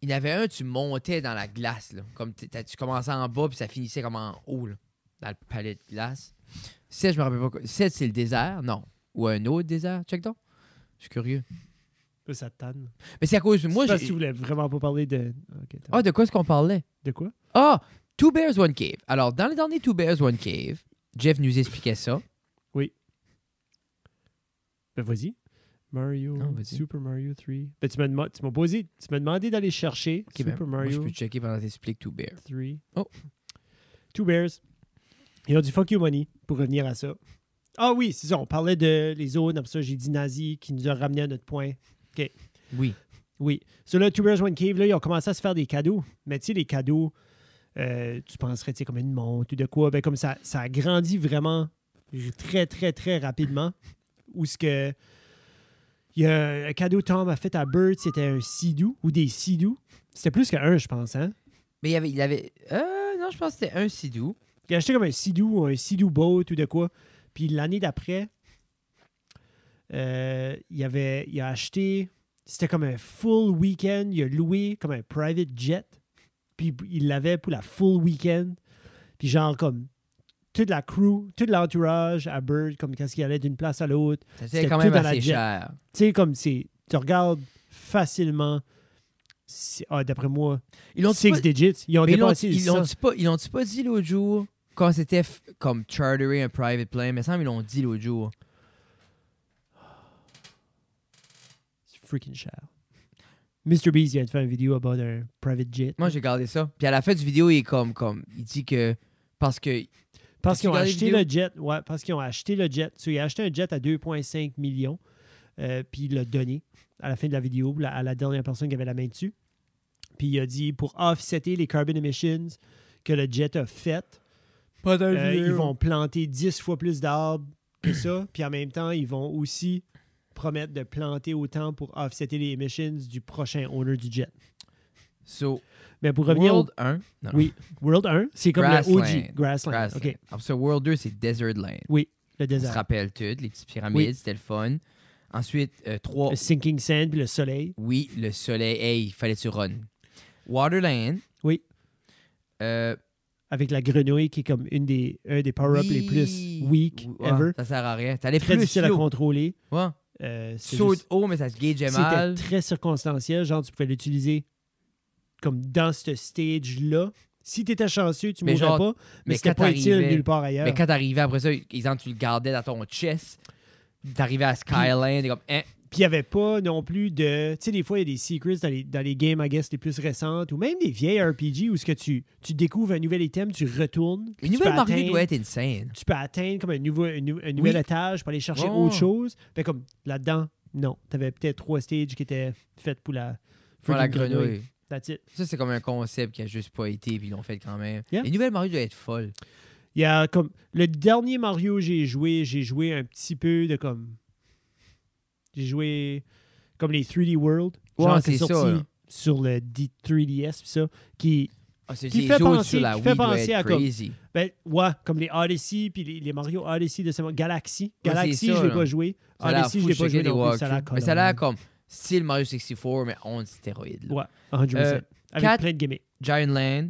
S2: Il y en avait un, tu montais dans la glace. Là. Comme t'es- t'as- tu commençais en bas, puis ça finissait comme en haut, là, dans le palais de glace. 7, je me rappelle pas. quoi- 7, c'est le désert, non. Ou un autre désert, check donc. Je suis curieux.
S1: Ça, ça te tanne.
S2: Mais c'est à cause de
S1: Moi,
S2: moi.
S1: je sais pas
S2: j'ai-
S1: si tu voulais vraiment pas parler de. Ok, t'as-
S2: Ah, de quoi est-ce qu'on parlait?
S1: De quoi
S2: Ah, Two Bears, One Cave. Alors, dans le dernier Two Bears, One Cave, Jeff nous expliquait ça.
S1: Ben, vas-y. Mario,
S2: Non, vas-y.
S1: Super Mario 3. Ben, tu m'as dema- tu m'as posé, tu m'as demandé d'aller chercher
S2: Ok, ben,
S1: Super
S2: moi, je
S1: Mario
S2: peux checker pendant que t'expliques Two Bears.
S1: 3.
S2: Oh.
S1: Two Bears. Ils ont du fuck you money pour revenir à ça. Ah oui, c'est ça. On parlait de les zones. Après ça, j'ai dit nazi qui nous a ramené à notre point.
S2: Oui.
S1: Oui. Sur le Two Bears One Cave, là, ils ont commencé à se faire des cadeaux. Mais tu sais, les cadeaux, euh, tu penserais, tu sais, comme une montre ou de quoi. Ben, comme ça, ça a grandi vraiment très, très, très rapidement. Où ce que. Il y a un cadeau Tom a fait à Bird, c'était un sidou ou des sidou. C'était plus qu'un, je pense, hein?
S2: Mais il y avait. Il avait euh, non, je pense que c'était un Sidou.
S1: Il a acheté comme un Sidou ou un Sidou Boat ou de quoi. Puis l'année d'après, euh, il, avait, il a acheté. C'était comme un full week-end. Il a loué comme un private jet. Puis il l'avait pour la full week-end. Puis genre comme toute la crew, tout l'entourage à Bird, comme quand il allait d'une place à l'autre.
S2: Ça c'était
S1: C'était
S2: quand
S1: tout
S2: même
S1: dans la
S2: assez
S1: jet.
S2: cher.
S1: Tu sais, comme c'est. Tu regardes facilement. c'est- Ah, d'après moi,
S2: Ils l'ont
S1: six
S2: pas-
S1: digits. Ils ont
S2: mais ils l'ont-
S1: dépassé
S2: ils
S1: les
S2: l'ont
S1: 100.
S2: dit pas, ils l'ont dit pas dit l'autre jour quand c'était f- comme charterer un private plane. Mais ça, ils l'ont dit l'autre jour.
S1: C'est freaking cher. Mr. Beast vient de faire une vidéo about un private jet.
S2: Moi, j'ai gardé ça. Puis à la fin du vidéo, il est comme, comme, il dit que parce que
S1: Parce
S2: T'as-tu
S1: qu'ils ont
S2: regardé
S1: acheté
S2: la
S1: le jet. Ouais, parce qu'ils ont acheté le jet. So, il a acheté un jet à 2,5 millions. euh, puis il l'a donné à la fin de la vidéo la- à la dernière personne qui avait la main dessus. Puis il a dit pour offsetter les carbon emissions que le jet a faites,
S2: Ah,
S1: euh, ils vont planter 10 fois plus d'arbres que ça. Puis en même temps, ils vont aussi promettre de planter autant pour offsetter les emissions du prochain owner du jet.
S2: So,
S1: Mais pour revenir
S2: World 1, non,
S1: Oui, au World 1, c'est comme le
S2: Grassland.
S1: OG. Grassland.
S2: Grassland.
S1: OK,
S2: Après ça, World 2, c'est Desert Land.
S1: le
S2: On se
S1: désert.
S2: rappelle tout, les petites pyramides,
S1: Oui.
S2: c'était le fun. Ensuite, 3,
S1: Le sinking sand, puis le soleil.
S2: oui, le soleil, hey, il fallait que tu run. Waterland.
S1: Oui.
S2: Euh,
S1: avec la grenouille qui est comme une des, un des power-ups les plus weak
S2: Ouais,
S1: ever.
S2: Ça sert à rien. T'allais
S1: Très
S2: plus
S1: difficile à
S2: slow.
S1: contrôler.
S2: Ouais.
S1: Euh, c'est
S2: Saut
S1: juste-
S2: haut, mais ça se gageait
S1: C'était
S2: mal.
S1: très circonstanciel. Genre, tu pouvais l'utiliser comme dans ce stage-là. Si tu étais chanceux, tu
S2: Mais
S1: mourrais
S2: genre-
S1: pas, mais,
S2: mais
S1: c'était
S2: quand
S1: pas utile
S2: t'arrivais-
S1: nulle part ailleurs.
S2: Mais quand t'arrivais après ça, exemple, tu le gardais dans ton chest. T'arrivais à Skyland, t'es comme, hein,
S1: Puis il n'y avait pas non plus de. Tu sais, des fois, il y a des secrets dans les, dans les games, I guess, les plus récentes, ou même des vieilles RPG où ce que tu, tu découvres un nouvel item, tu retournes. puis
S2: une
S1: tu peux
S2: nouvelle marée
S1: atteindre-
S2: doit être insane.
S1: tu peux atteindre comme un, nouveau, un, nou- un nouvel
S2: Oui. Oh.
S1: étage pour aller chercher
S2: Ouais,
S1: autre
S2: ouais.
S1: chose. Mais comme là-dedans, non. Tu avais peut-être trois stages qui étaient faites pour la,
S2: Pour la
S1: freaking
S2: grenouille.
S1: That's it.
S2: Ça, c'est comme un concept qui a juste pas été, puis ils l'ont fait quand même.
S1: Yeah.
S2: Les nouvelles Mario doivent être folles.
S1: Il y a comme le dernier Mario que j'ai joué, j'ai joué un petit peu de comme j'ai joué comme les 3D World,
S2: Ouais,
S1: genre qui est
S2: c'est ça,
S1: sorti
S2: là.
S1: sur le D- 3DS pis ça qui
S2: Ah, c'est
S1: Qui
S2: les
S1: fait
S2: autres
S1: penser-
S2: sur la
S1: qui
S2: Wii
S1: fait
S2: doivent
S1: penser
S2: être
S1: à comme-
S2: crazy.
S1: ben ouais, comme les Odyssey puis les, les Mario Odyssey de ce monde, Galaxy,
S2: Ouais, c'est
S1: Galaxy,
S2: ça,
S1: je l'ai
S2: là.
S1: pas joué.
S2: Ça a l'air
S1: Odyssey,
S2: fou
S1: je
S2: de
S1: l'ai pas
S2: checker
S1: joué
S2: des
S1: non plus, ça a l'air
S2: walkthroughs. Mais ça a l'air comme style Mario 64, mais on stéroïde.
S1: Ouais, 100%.
S2: Euh,
S1: avec
S2: quatre-
S1: plein de gimmicks.
S2: Giant Land,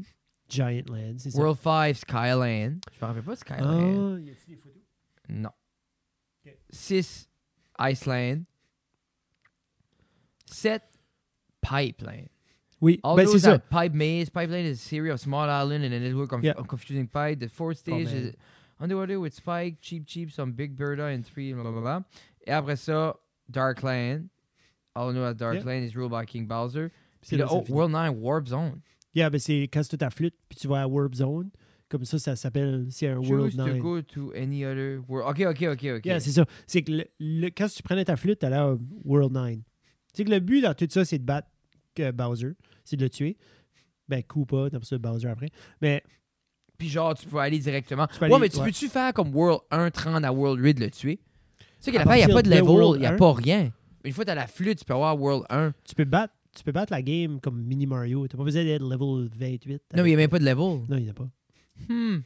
S1: Giant Land, c'est ça.
S2: World 5, Skyland. Je me rappelle pas de Skyland.
S1: Ah, y a-t-il des photos?
S2: Non.
S1: Ok.
S2: 6, Iceland. 7, Pipeline.
S1: Oui,
S2: All
S1: ben, c'est
S2: those
S1: ça.
S2: are Pipe Maze. Pipeline is a series of small island and a network of,
S1: Yeah.
S2: of confusing pipe. The fourth stage
S1: man.
S2: is underwater with Spike, Cheap Cheap, some Big Birda, and three, blah, blah, blah. Et après ça, Darkland. All I know about
S1: Yeah.
S2: Darkland is ruled by King Bowser.
S1: C'est
S2: Puis le
S1: là, ça
S2: oh,
S1: finit.
S2: World 9 Warp Zone.
S1: Yeah, ben c'est casse toute ta flûte, puis tu vas à Warp Zone. Comme ça, ça s'appelle, c'est un World
S2: Choose to
S1: 9.
S2: go to any other world. Ok, ok, ok, ok.
S1: Yeah, c'est ça. C'est que le, le- quand tu prenais ta flûte, t'allais à World 9. C'est que le but dans tout ça, c'est de battre euh, Bowser. C'est de le tuer. Ben, Koopa, t'as ça Bowser après. Mais
S2: Puis genre, tu peux aller directement.
S1: Tu peux
S2: ouais,
S1: aller-
S2: mais tu
S1: ouais.
S2: peux-tu faire comme World 1, 30 à World 8 de le tuer? Tu sais qu'à
S1: À
S2: la fin, il n'y a
S1: partir
S2: pas de
S1: de
S2: level,
S1: World
S2: il n'y a
S1: 1?
S2: pas rien. Une fois que tu as la flûte, tu peux avoir World 1.
S1: tu peux battre, tu peux battre la game comme Mini Mario. T'as pas besoin d'être level 28.
S2: Non, mais il n'y a même pas de level.
S1: Non, il n'y en a pas.
S2: Hmm.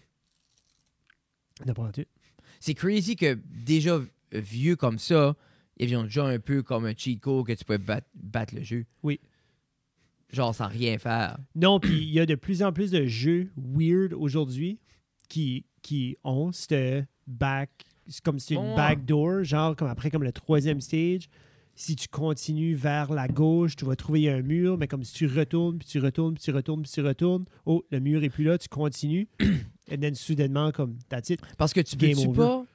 S1: Il n'y en a pas en tout.
S2: C'est crazy que déjà euh, vieux comme ça, ils ont déjà un peu comme un Chico que tu peux battre, battre le jeu.
S1: Oui.
S2: Genre sans rien faire.
S1: Non, puis il y a de plus en plus de jeux weird aujourd'hui qui, qui ont ce back, c'est comme c'est une
S2: Ouais.
S1: backdoor, genre comme après comme le troisième stage, si tu continues vers la gauche, tu vas trouver un mur, mais comme si tu retournes, puis tu retournes, puis tu retournes, puis tu retournes, oh, le mur est plus là, tu continues. Et then, soudainement, comme, that's it.
S2: Parce que tu
S1: Game
S2: peux-tu
S1: over.
S2: pas,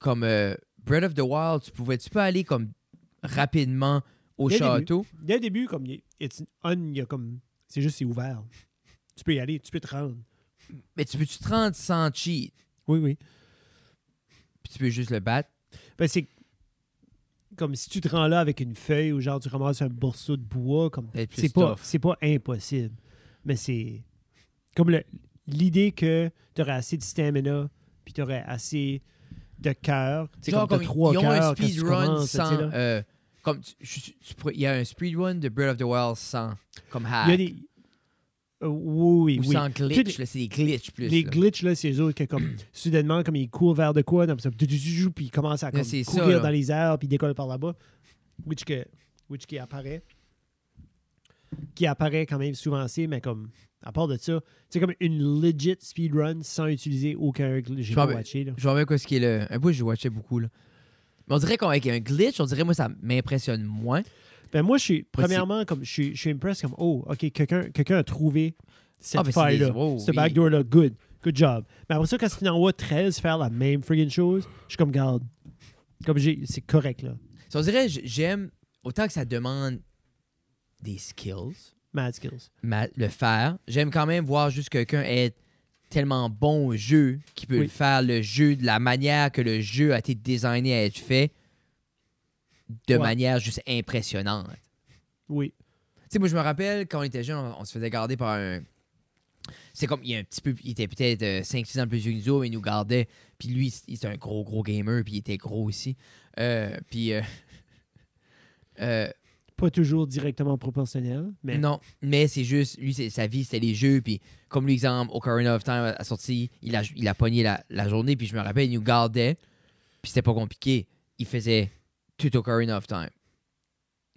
S2: comme euh, Breath of the Wild, tu pouvais-tu pas aller comme rapidement au
S1: Dès le
S2: château?
S1: Dès le début, comme, il- it's on, il y a comme, c'est juste, c'est ouvert. Tu peux y aller, tu peux te rendre.
S2: Mais tu peux-tu te rendre sans cheat?
S1: Oui, oui.
S2: Puis tu peux juste le battre?
S1: Ben, c'est comme si tu te rends là avec une feuille ou genre tu ramasses un morceau de bois. comme
S2: Peut-être plus
S1: C'est pas,
S2: tough.
S1: c'est pas impossible. Mais c'est comme le- l'idée que tu aurais assez de stamina puis tu aurais assez de cœur. Tu sais,
S2: Genre
S1: comme
S2: comme
S1: t'as trois
S2: ils ont un
S1: cœurs quand tu
S2: speedrun
S1: commences, tu sais,
S2: sans...
S1: là.
S2: euh, comme tu- je- tu pourrais- il y a un speedrun de Breath of the Wild sans comme hack
S1: Il y a des... Euh, oui,
S2: ou
S1: oui, oui.
S2: sans
S1: Tu
S2: glitch.
S1: sais,
S2: là, C'est des glitches plus.
S1: Les
S2: là.
S1: glitches, là, c'est eux autres que, comme, soudainement, comme ils courent vers de quoi, comme ça, du- du- du- du, puis ils commencent à comme,
S2: c'est ça,
S1: courir
S2: là.
S1: dans les airs, puis ils décollent par là-bas. Which, que, which qui apparaît. Qui apparaît quand même souvent assez, mais comme, à part de ça, c'est comme une legit speedrun sans utiliser aucun glitch. J'ai
S2: Je
S1: pas
S2: m'en-
S1: watché, là.
S2: Je me rappelle quoi ce qui est le. Un bout, je watchais beaucoup. Là. Mais on dirait qu'avec un glitch, on dirait moi, ça m'impressionne moins.
S1: Ben, moi, je suis,
S2: Moi, c'est-
S1: premièrement, comme, je suis, je suis impressed, comme, oh, OK, quelqu'un quelqu'un a trouvé cette
S2: Ah, ben, c'est
S1: faille-là.
S2: des- oh,
S1: cette
S2: oui.
S1: backdoor-là, good. Good job. Mais après ça, quand il envoie 13 faire la même friggin' chose, je suis comme, garde. Comme j'ai, c'est correct, là.
S2: Ça, On dirait j- j'aime autant que ça demande des skills,
S1: Mad skills.
S2: ma- le faire. J'aime quand même voir juste quelqu'un être tellement bon au jeu qu'il peut
S1: Oui.
S2: faire le jeu de la manière que le jeu a été designé à être fait de
S1: Ouais.
S2: manière juste impressionnante.
S1: Oui.
S2: Tu sais, moi, je me rappelle quand on était jeune, on, on se faisait garder par un. C'est comme, il est un petit peu. Il était peut-être 5-6 ans plus vieux que nous, autres, mais il nous gardait. Puis lui, il était un gros, gros gamer, puis il était gros aussi. Euh, puis. euh, euh,
S1: Pas toujours directement proportionnel, mais
S2: Non, mais c'est juste, lui, c'est- sa vie, c'était les jeux. Puis, comme l'exemple, Ocarina of Time a sorti, il a, il a pogné la, la journée. Puis, je me rappelle, il nous gardait. Puis, c'était pas compliqué. Il faisait tout Ocarina of Time.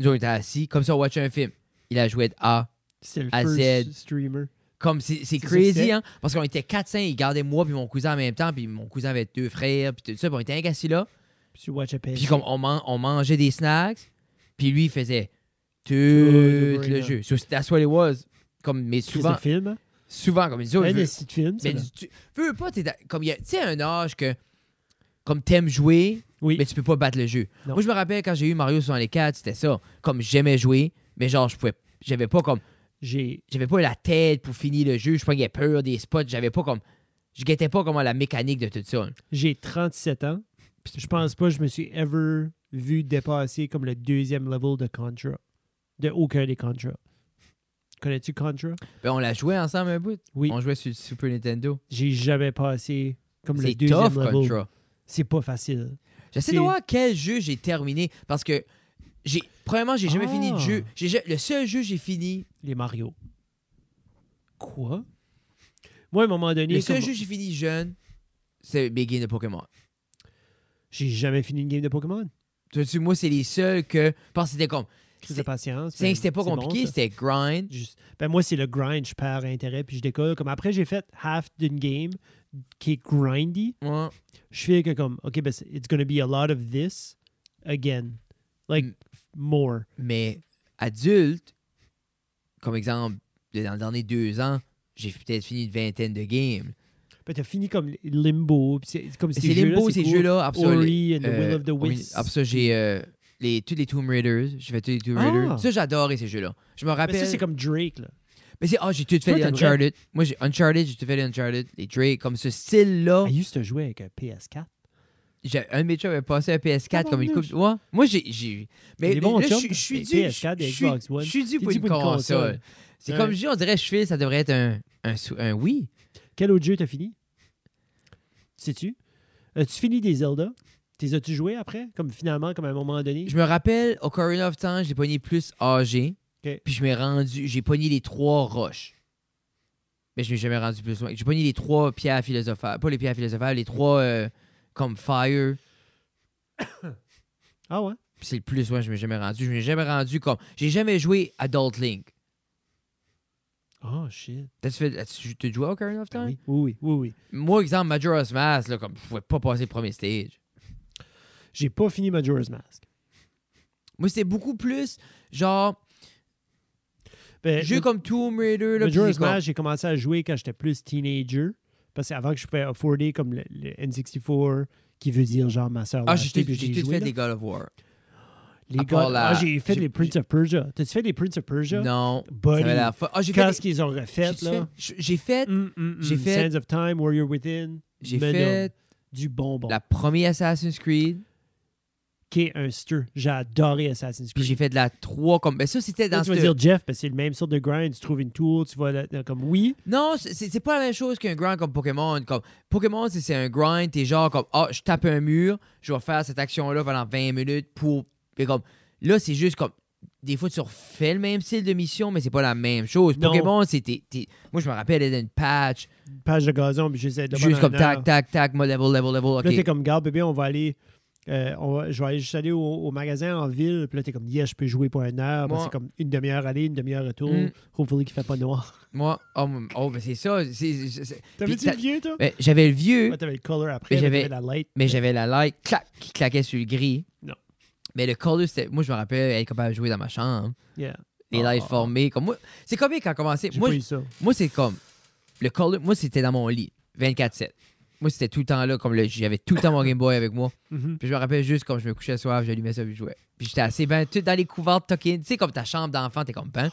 S2: Nous, on était assis, comme ça, on watchait un film. Il a joué de A
S1: c'est le
S2: À
S1: first
S2: Z.
S1: streamer.
S2: comme c'est c'est
S1: C'est ça que
S2: crazy,
S1: c'est.
S2: hein? Parce qu'on était 4-5, ils gardaient moi puis mon cousin en même temps, puis mon cousin avait deux frères, puis tout ça, puis on était un assis là.
S1: Puis tu watch a
S2: Puis comme on, man- on mangeait des snacks, puis lui, il faisait tout le
S1: Ocarina.
S2: jeu. So, that's what it was. Comme, mais souvent,
S1: souvent. film.
S2: souvent, comme ils disaient,
S1: Un
S2: veux-
S1: des sites films,
S2: mais tu veux pas, t'es dans- comme, il y a- tu sais, un âge que, comme t'aimes jouer,
S1: Oui.
S2: mais tu peux pas battre le jeu.
S1: Non.
S2: Moi, je me rappelle quand j'ai eu Mario 64, c'était ça. Comme j'aimais jouer, mais genre, je pouvais, j'avais pas comme
S1: J'ai.
S2: j'avais pas la tête pour finir le jeu. Je pognais peur des spots. J'avais pas comme. Je guettais pas comment la mécanique de tout ça.
S1: J'ai 37 ans. puis Je pense pas que je me suis ever vu dépasser comme le deuxième level de Contra. De aucun des Contra. Connais-tu Contra?
S2: Ben, on l'a joué ensemble un bout.
S1: Oui.
S2: On jouait sur le Super Nintendo.
S1: J'ai jamais passé comme le
S2: C'est
S1: deuxième
S2: tough,
S1: level.
S2: Contra.
S1: C'est pas facile.
S2: J'essaie
S1: C'est-
S2: de voir quel jeu j'ai terminé parce que j'ai. Premièrement, j'ai jamais
S1: Ah.
S2: fini de jeu. J'ai ja- Le seul jeu que j'ai fini.
S1: Les Mario. Quoi? Moi, à un moment donné,
S2: Le seul
S1: comme-
S2: jeu que j'ai fini jeune, c'est Begin de Pokémon.
S1: j'ai jamais fini une game de Pokémon.
S2: Tu vois, moi, c'est les seuls que. Parce que c'était comme.
S1: Crise
S2: C'est-
S1: de patience.
S2: c'est-
S1: ben,
S2: C'était pas
S1: c'est bon,
S2: compliqué,
S1: ça.
S2: c'était grind.
S1: Juste- ben moi, c'est le grind. Je perds intérêt puis je décolle. Comme après, j'ai fait half d'une game qui est grindy.
S2: Ouais.
S1: Je fais que comme, OK, ben, c'est- it's going to be a lot of this again. Like,
S2: Mm.
S1: more.
S2: Mais adulte, comme exemple, de- dans les derniers deux ans, j'ai peut-être fini une vingtaine de games.
S1: Ben, t'as fini comme Limbo. puis C'est comme
S2: Mais
S1: ces
S2: c'est
S1: jeux-là,
S2: Limbo,
S1: c'est
S2: ces
S1: cool.
S2: jeux-là. Après ça, les-
S1: Ori and the Will
S2: euh,
S1: of the
S2: Ori-
S1: Wisps.
S2: Après ça, j'ai euh, les, tous les Tomb Raiders. J'ai fait tous les Tomb Raiders.
S1: Ah!
S2: Ça, j'adorais ces jeux-là. Je me
S1: Ben,
S2: rappelle.
S1: ça, c'est comme Drake, là.
S2: Mais c'est, ah, j'ai tout fait
S1: Toi,
S2: les
S1: t'aimerais-
S2: Uncharted. Moi, j'ai Uncharted, j'ai tout fait les Uncharted, les Drake, comme ce style-là.
S1: I used to jouer avec un PS4.
S2: J'ai, un de mes chums avait passé un PS4 comme une coupe.
S1: Tabarnouche.
S2: Ouais. Moi, j'ai. j'ai... Mais
S1: Les bons
S2: là, je
S1: chums,
S2: suis- je suis
S1: les
S2: dû.
S1: PS4 et
S2: je suis-
S1: Xbox One.
S2: Je suis dû
S1: T'es
S2: pour une console. C'est
S1: Ouais.
S2: comme je dis, on dirait, je file, ça devrait être un, un, sou- un oui.
S1: Quel autre jeu t'as fini? Sais-tu? As-tu fini des Zelda? T'es as-tu joué après? Comme finalement, comme à un moment donné?
S2: Je me rappelle, au Ocarina of Time, je l'ai pogné plus âgé.
S1: Ok.
S2: Puis je m'ai rendu, j'ai pogné les trois roches. Mais je m'ai jamais rendu plus loin. J'ai pogné les trois pierres philosophales. Pas les pierres philosophales, les trois euh, comme fire.
S1: Ah ouais?
S2: Puis c'est le plus loin que je m'ai jamais rendu. Je m'ai jamais rendu comme. J'ai jamais joué Adult Link.
S1: Oh shit.
S2: T'as-tu fait. As-tu t'as joué à Ocarina of Time?
S1: Ben oui, oui, oui, oui. oui.
S2: Moi, exemple, Majora's Mask, là, comme je pouvais pas passer le premier stage.
S1: J'ai pas fini Majora's Mask.
S2: Moi, c'était beaucoup plus genre
S1: Ben,
S2: jeu
S1: le-
S2: comme Tomb Raider. Là, puis
S1: Majora's
S2: c'est comme-
S1: Mask, j'ai commencé à jouer quand j'étais plus teenager. Parce qu'avant que je pouvais afforder comme le, le N64, qui veut dire genre ma soeur.
S2: ah, j'ai tout j'ai tout fait des God of War.
S1: Les
S2: à part
S1: gars,
S2: la-
S1: ah, j'ai fait
S2: j'ai-
S1: les Prince of Persia. T'as-tu fait les Prince of Persia?
S2: Non.
S1: Buddy,
S2: Ça avait l'air fa- Ah, j'ai fait.
S1: Quand
S2: des-
S1: ce qu'ils ont refait,
S2: j'ai-tu
S1: là.
S2: fait- J'ai j'ai fait,
S1: Hum, hum, hum,
S2: J'ai fait-
S1: Sands of Time, Warrior Within.
S2: j'ai
S1: Venom.
S2: fait
S1: Du bonbon.
S2: la première Assassin's Creed.
S1: Qui est un stir. J'ai adoré Assassin's
S2: Puis
S1: Creed.
S2: j'ai fait de la 3 comme. Ben, ça, c'était
S1: Là,
S2: dans
S1: tu vas
S2: ce.
S1: dire Jeff, parce que c'est le même sorte de grind. Tu trouves une tour, tu vas là- là, comme oui.
S2: Non, c'est- c'est c'est pas la même chose qu'un grind comme Pokémon. Comme Pokémon, c'est c'est un grind, t'es genre comme Ah, je tape un mur, je vais faire cette action-là pendant 20 minutes pour. Mais comme là, c'est juste comme des fois tu refais le même style de mission, mais c'est pas la même chose.
S1: Non.
S2: Pokémon, c'est t'es- t'es- Moi je me rappelle elle une patch,
S1: Une page de gazon, puis j'essaie de
S2: juste comme
S1: prendre un
S2: tac,
S1: heure.
S2: tac, tac, moi level, level, level.
S1: Puis Là, t'es
S2: ok.
S1: comme, garde, bébé, on va aller. euh, on va- je vais aller juste aller au, au magasin en ville. Puis là, t'es comme, yeah, je peux jouer pour une heure. Ben,
S2: Moi-
S1: c'est comme une demi-heure aller, une demi-heure retour.
S2: Mm.
S1: Hopefully qu'il fait pas noir.
S2: Moi, oh, mon- oh, ben, c'est ça. c'est- c'est- c'est-
S1: T'avais-tu
S2: t'as-
S1: le vieux, toi?
S2: Ben, j'avais le vieux,
S1: Ouais, t'avais le color après,
S2: Mais
S1: mais
S2: j'avais-
S1: t'avais la light.
S2: mais j'avais la light, clac, qui claquait sur le gris.
S1: Non.
S2: Mais le color, c'était. Moi je me rappelle être capable de jouer dans ma chambre.
S1: Yeah.
S2: les
S1: Ah.
S2: lives formés. Comme moi, c'est combien quand commencé?
S1: J'ai
S2: Moi,
S1: pas eu
S2: j-
S1: ça.
S2: moi c'est comme le call. Moi, c'était dans mon lit, 24/7. Moi, c'était tout le temps là, comme le- j'avais tout le temps mon Game Boy avec moi.
S1: Mhm.
S2: Puis je me rappelle juste comme je me couchais le soir, j'allumais ça puis je jouais. Puis j'étais assez bien, tout dans les couvertes, tucké. Tu sais, comme ta chambre d'enfant, t'es comme ben.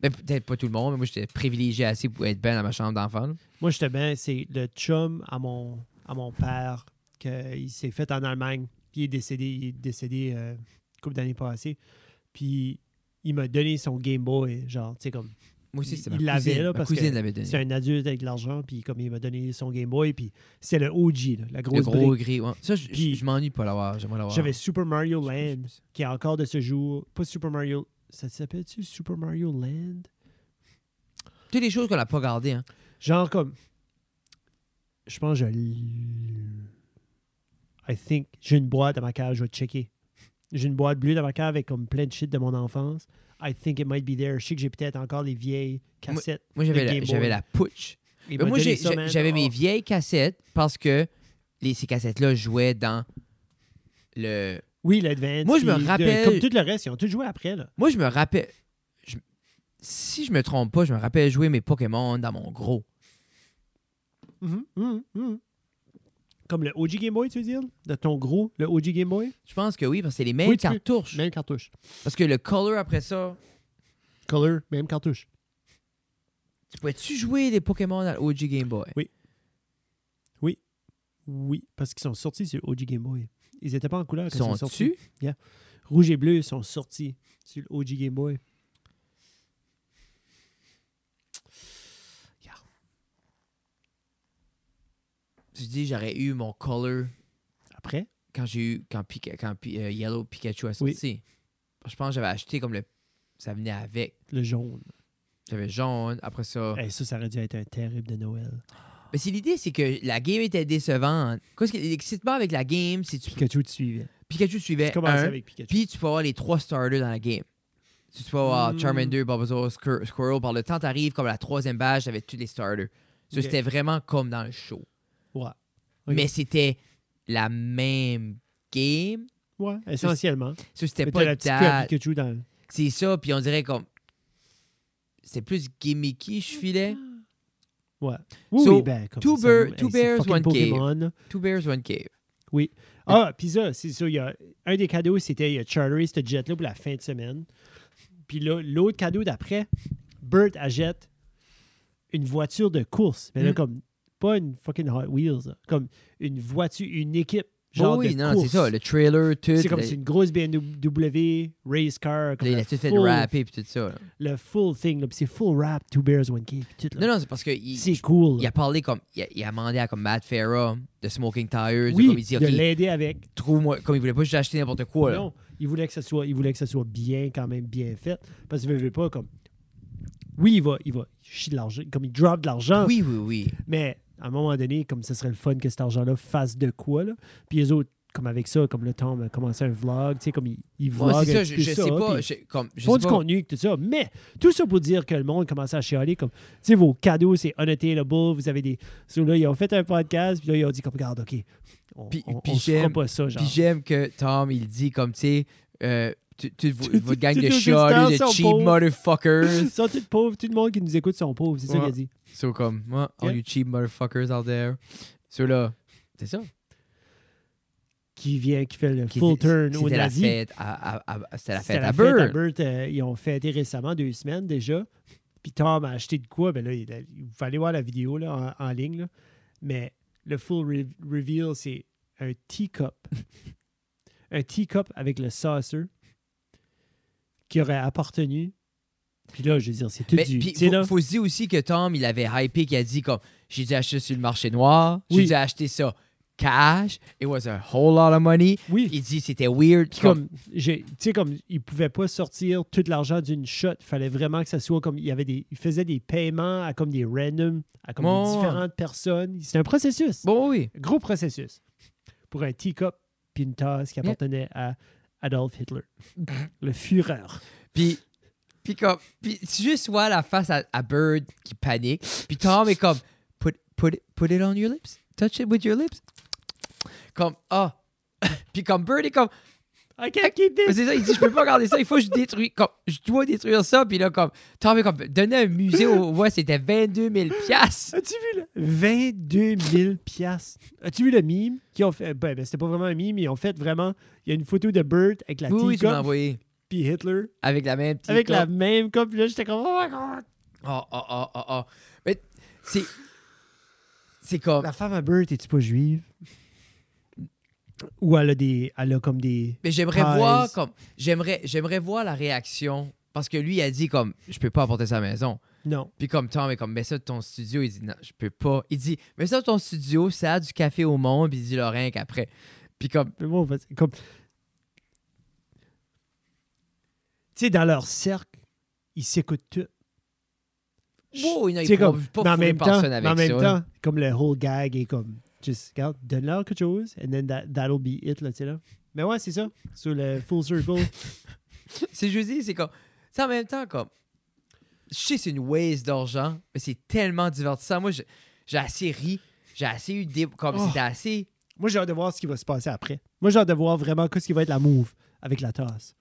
S2: Ben, peut-être pas tout le monde, mais moi j'étais privilégié assez pour être ben dans ma chambre d'enfant. là.
S1: Moi, j'étais bien, c'est le chum à mon, à mon père qu'il s'est fait en Allemagne. Puis il est décédé, il est décédé euh, une couple d'années passées. Puis il m'a donné son Game Boy, genre, tu sais, comme
S2: Moi aussi, c'était ma
S1: Il l'avait,
S2: cousine.
S1: là,
S2: ma
S1: parce
S2: cousine
S1: que
S2: l'avait donné.
S1: c'est un adulte avec de l'argent, puis comme il m'a donné son Game Boy, puis c'est le OG, là, la
S2: Le
S1: grosse
S2: gros
S1: brique.
S2: gris, ouais. Ça, je- je
S1: Puis-
S2: je m'ennuie de pas l'avoir. J'aimerais l'avoir.
S1: J'avais Super Mario Land, qui est encore de ce jour, pas Super Mario, ça s'appelle-tu Super Mario Land?
S2: Toutes les choses qu'on n'a pas gardées. Hein.
S1: Genre comme. Je pense que je. l- I think. J'ai une boîte à ma cave, je vais checker. J'ai une boîte bleue dans ma cave avec comme plein de shit de mon enfance. I think it might be there. Je sais que j'ai peut-être encore les vieilles cassettes.
S2: Moi, j'avais
S1: Le
S2: la,
S1: Game
S2: j'avais
S1: Boy.
S2: la putsch.
S1: Il
S2: Mais
S1: m'a
S2: Ben, moi,
S1: donné
S2: j'ai-
S1: ça, man.
S2: j'ai- j'avais mes
S1: Oh.
S2: vieilles cassettes parce que les, ces cassettes-là jouaient dans le.
S1: Oui, l'Advance.
S2: Moi, je me
S1: puis de-
S2: rappelle-
S1: Comme tout le reste, ils ont tout joué après, là.
S2: Moi, je me rappelle. je- Si je me trompe pas, je me rappelle jouer mes Pokémon dans mon gros.
S1: Mhm, mhm, mhm. Comme le OG Game Boy, tu veux dire De ton gros, le OG Game Boy
S2: Je pense que oui, parce que c'est les mêmes
S1: Oui, tu peux-
S2: cartouches.
S1: Même cartouche.
S2: Parce que le Color après ça.
S1: Color, même cartouche.
S2: Tu pouvais-tu jouer des Pokémon dans le OG Game Boy?
S1: Oui, parce qu'ils sont sortis sur OG Game Boy. Ils n'étaient pas en couleur quand ils sont sortis.
S2: Sont-tu?
S1: Rouge et bleu sont sortis sur le OG Game Boy.
S2: Tu dis, j'aurais eu mon Color
S1: Après,
S2: quand j'ai eu. Quand, Pika- quand Pi- euh, Yellow Pikachu a sorti. Je pense que j'avais acheté comme le. Ça venait avec.
S1: le jaune.
S2: J'avais jaune, après ça.
S1: Hey, ça, ça aurait dû être un terrible de Noël.
S2: Mais c'est l'idée, c'est que la game était décevante. Qu'est-ce que l'excitement avec la game, c'est tu
S1: Pikachu te suivait.
S2: Pikachu
S1: Tu
S2: suivait
S1: commençais
S2: un,
S1: avec Pikachu.
S2: puis tu peux avoir les trois starters dans la game. Tu peux avoir
S1: Mm.
S2: Charmander, Bulbasaur, Squir- Squirrel. Par le temps, t'arrives comme à la troisième badge, t'avais tous les starters. Ça,
S1: Ok.
S2: C'était vraiment comme dans le show.
S1: Ouais.
S2: Mais c'était la même game.
S1: Ouais, essentiellement.
S2: Ça, c'était
S1: C'était
S2: pas
S1: la
S2: de
S1: petite queue à
S2: date.
S1: Pikachu dans le-
S2: C'est ça, puis on dirait comme... C'est plus gimmicky, je filais.
S1: Ouais. Oui,
S2: So,
S1: oui, ben, comme
S2: two
S1: ça,
S2: bear-
S1: hey,
S2: two
S1: c'est
S2: bears,
S1: fucking
S2: one cave.
S1: Pokémon, là.
S2: Two Bears, One Cave.
S1: Ah, puis ça, c'est ça. il y a- un des cadeaux, c'était il a charteré ce jet-là pour la fin de semaine. Puis là, l'autre cadeau d'après, Bert achète une voiture de course. Mais là,
S2: Mm.
S1: comme, pas une fucking Hot Wheels, là. comme une voiture, une équipe. Genre
S2: Genre Bah oui,
S1: de
S2: non, c'est
S1: course.
S2: ça. Le trailer, tout.
S1: C'est comme
S2: la-
S1: c'est une grosse BMW, race car, comme
S2: Il
S1: le,
S2: a tout fait
S1: full,
S2: rapper puis tout ça. là.
S1: le full thing. là, puis c'est full rap, Two Bears, One Cave. puis tout, là.
S2: Non, non, c'est parce que il,
S1: c'est cool.
S2: il
S1: là.
S2: a parlé comme. Il a, il a demandé à comme Matt Farah de Smoking Tires. de
S1: oui,
S2: comme il dit,
S1: de
S2: OK,
S1: l'aider avec.
S2: trouve-moi. Comme il voulait pas juste acheter n'importe quoi. Là.
S1: Non, il voulait que ce soit, il voulait que ce soit bien, quand même bien fait. Parce qu'il ne veut pas comme. Oui, il va, il va chier de l'argent, comme il drop de l'argent,
S2: Oui, oui, oui.
S1: mais à un moment donné, comme ce serait le fun que cet argent-là fasse de quoi, là. Puis les autres, comme avec ça, comme le Tom a commencé un vlog, tu sais, comme il, il
S2: Ouais,
S1: vlog
S2: c'est
S1: un
S2: ça,
S1: petit peu
S2: je, je
S1: ça,
S2: sais pas.
S1: puis
S2: Je, comme, je
S1: ils font
S2: sais
S1: du
S2: pas.
S1: contenu, tout ça, mais tout ça pour dire que le monde commençait à chialer, comme, tu sais, vos cadeaux, c'est unattainable, vous avez des... So, là, ils ont fait un podcast, puis là, ils ont dit, comme, regarde, OK, on,
S2: Puis-
S1: on,
S2: puis
S1: on se fera
S2: j'aime-
S1: pas ça, genre.
S2: Puis j'aime que Tom, il dit comme, tu sais, euh, tu- tu- vo-
S1: Tout-
S2: votre gang
S1: toutes
S2: de
S1: nos
S2: chats, là,
S1: auditeurs
S2: de
S1: sont
S2: cheap
S1: pauvres.
S2: motherfuckers.
S1: Ils sont tous pauvres, tout le monde qui nous écoute sont pauvres, c'est ça
S2: Euh, Ouais.
S1: qu'il a dit.
S2: so, comme, moi, all
S1: Yeah.
S2: you cheap motherfuckers out there. Ceux-là, c'est ça.
S1: Qui vient, qui fait le
S2: Qui
S1: full
S2: était-
S1: turn au
S2: C'était la
S1: nazi.
S2: fête à, à, à- c'était la
S1: C'était
S2: fête
S1: la
S2: à
S1: fête
S2: Bird.
S1: euh, ils ont fêté récemment, deux semaines déjà. Puis Tom a acheté de quoi? Ben là, il, a- vous pouvez aller voir la vidéo là, en, en ligne. là. Mais le full re- reveal, c'est un teacup. un teacup avec le saucer qui aurait appartenu. Puis là, je veux dire, c'est tout
S2: Mais
S1: du...
S2: puis,
S1: tu sais,
S2: faut,
S1: là,
S2: faut se dire aussi que Tom, il avait hypé, qu'il a dit comme j'ai dû acheter sur le marché noir, j'ai
S1: Oui.
S2: dû acheter ça cash, it was a whole lot of money.
S1: oui.
S2: Il dit c'était weird.
S1: Puis
S2: Comme,
S1: comme, j'ai- tu sais, comme il pouvait pas sortir tout l'argent d'une shot. Il fallait vraiment que ça soit comme, il y avait des, il faisait des paiements à comme des random, à comme
S2: Ouais,
S1: des
S2: ouais.
S1: différentes personnes. C'est un processus,
S2: bon, oui.
S1: gros processus pour un teacup puis une tasse qui
S2: Yeah.
S1: appartenait à Adolf Hitler, le Führer.
S2: Puis, puis comme, puis tu juste vois la face à, à Bird qui panique. Puis Tom est comme, put, put, it- put it on your lips. Touch it with your lips. Comme, ah. puis comme Bird est comme,
S1: I can't keep
S2: Mais
S1: this.
S2: c'est ça, il dit, je peux pas garder ça, il faut que je détruis, comme, je dois détruire ça. Puis là, comme, Tom est comme, donner un musée au, ouais, c'était 22 000 piastres.
S1: As-tu vu le 22 000 piastres? As-tu vu le mime qu'ils ont fait? Ben, ben, c'était pas vraiment un mime, ils ont fait vraiment. Il y a une photo de Bird avec la
S2: Oui, oui, tu m'as
S1: teacup
S2: envoyé.
S1: puis Hitler
S2: Avec la même petite.
S1: avec la même coupe. Puis là, j'étais comme oh my God!
S2: Oh, oh, oh, oh, oh. Mais c'est. C'est comme.
S1: La femme à Bert, es-tu pas juive? Ou elle a des. Elle a comme des.
S2: Mais j'aimerais
S1: Pies.
S2: voir, comme. J'aimerais, j'aimerais voir la réaction. Parce que lui, il a dit, comme, je peux pas apporter ça à la maison.
S1: Non.
S2: Puis comme Tom est comme, mets ça de ton studio. Il dit, non, je peux pas. Il dit, mets ça de ton studio, ça a du café au monde. Puis il dit, Laurent, qu'après. Puis comme,
S1: Mais moi, on va- comme. Tu sais, dans leur cercle, ils s'écoutent tous.
S2: wow, non,
S1: Tu
S2: il
S1: sais,
S2: pourra
S1: comme,
S2: pas
S1: mais en
S2: fourrer
S1: même temps,
S2: personne
S1: mais
S2: avec
S1: en même
S2: ça.
S1: temps, comme le whole gag est comme, just, regarde, donne-leur quelque chose, and then that, that'll be it, là, tu sais, là. Mais ouais, c'est ça, sur le full circle.
S2: C'est je dis, c'est comme. C'est en même temps comme. Je sais, c'est une waste d'argent, mais c'est tellement divertissant. Moi, je- j'ai assez ri. J'ai assez eu des. Comme
S1: Oh.
S2: c'était assez.
S1: Moi, j'ai hâte de voir ce qui va se passer après. Moi, j'ai hâte de voir vraiment qu'est-ce qui va être la move avec la tasse.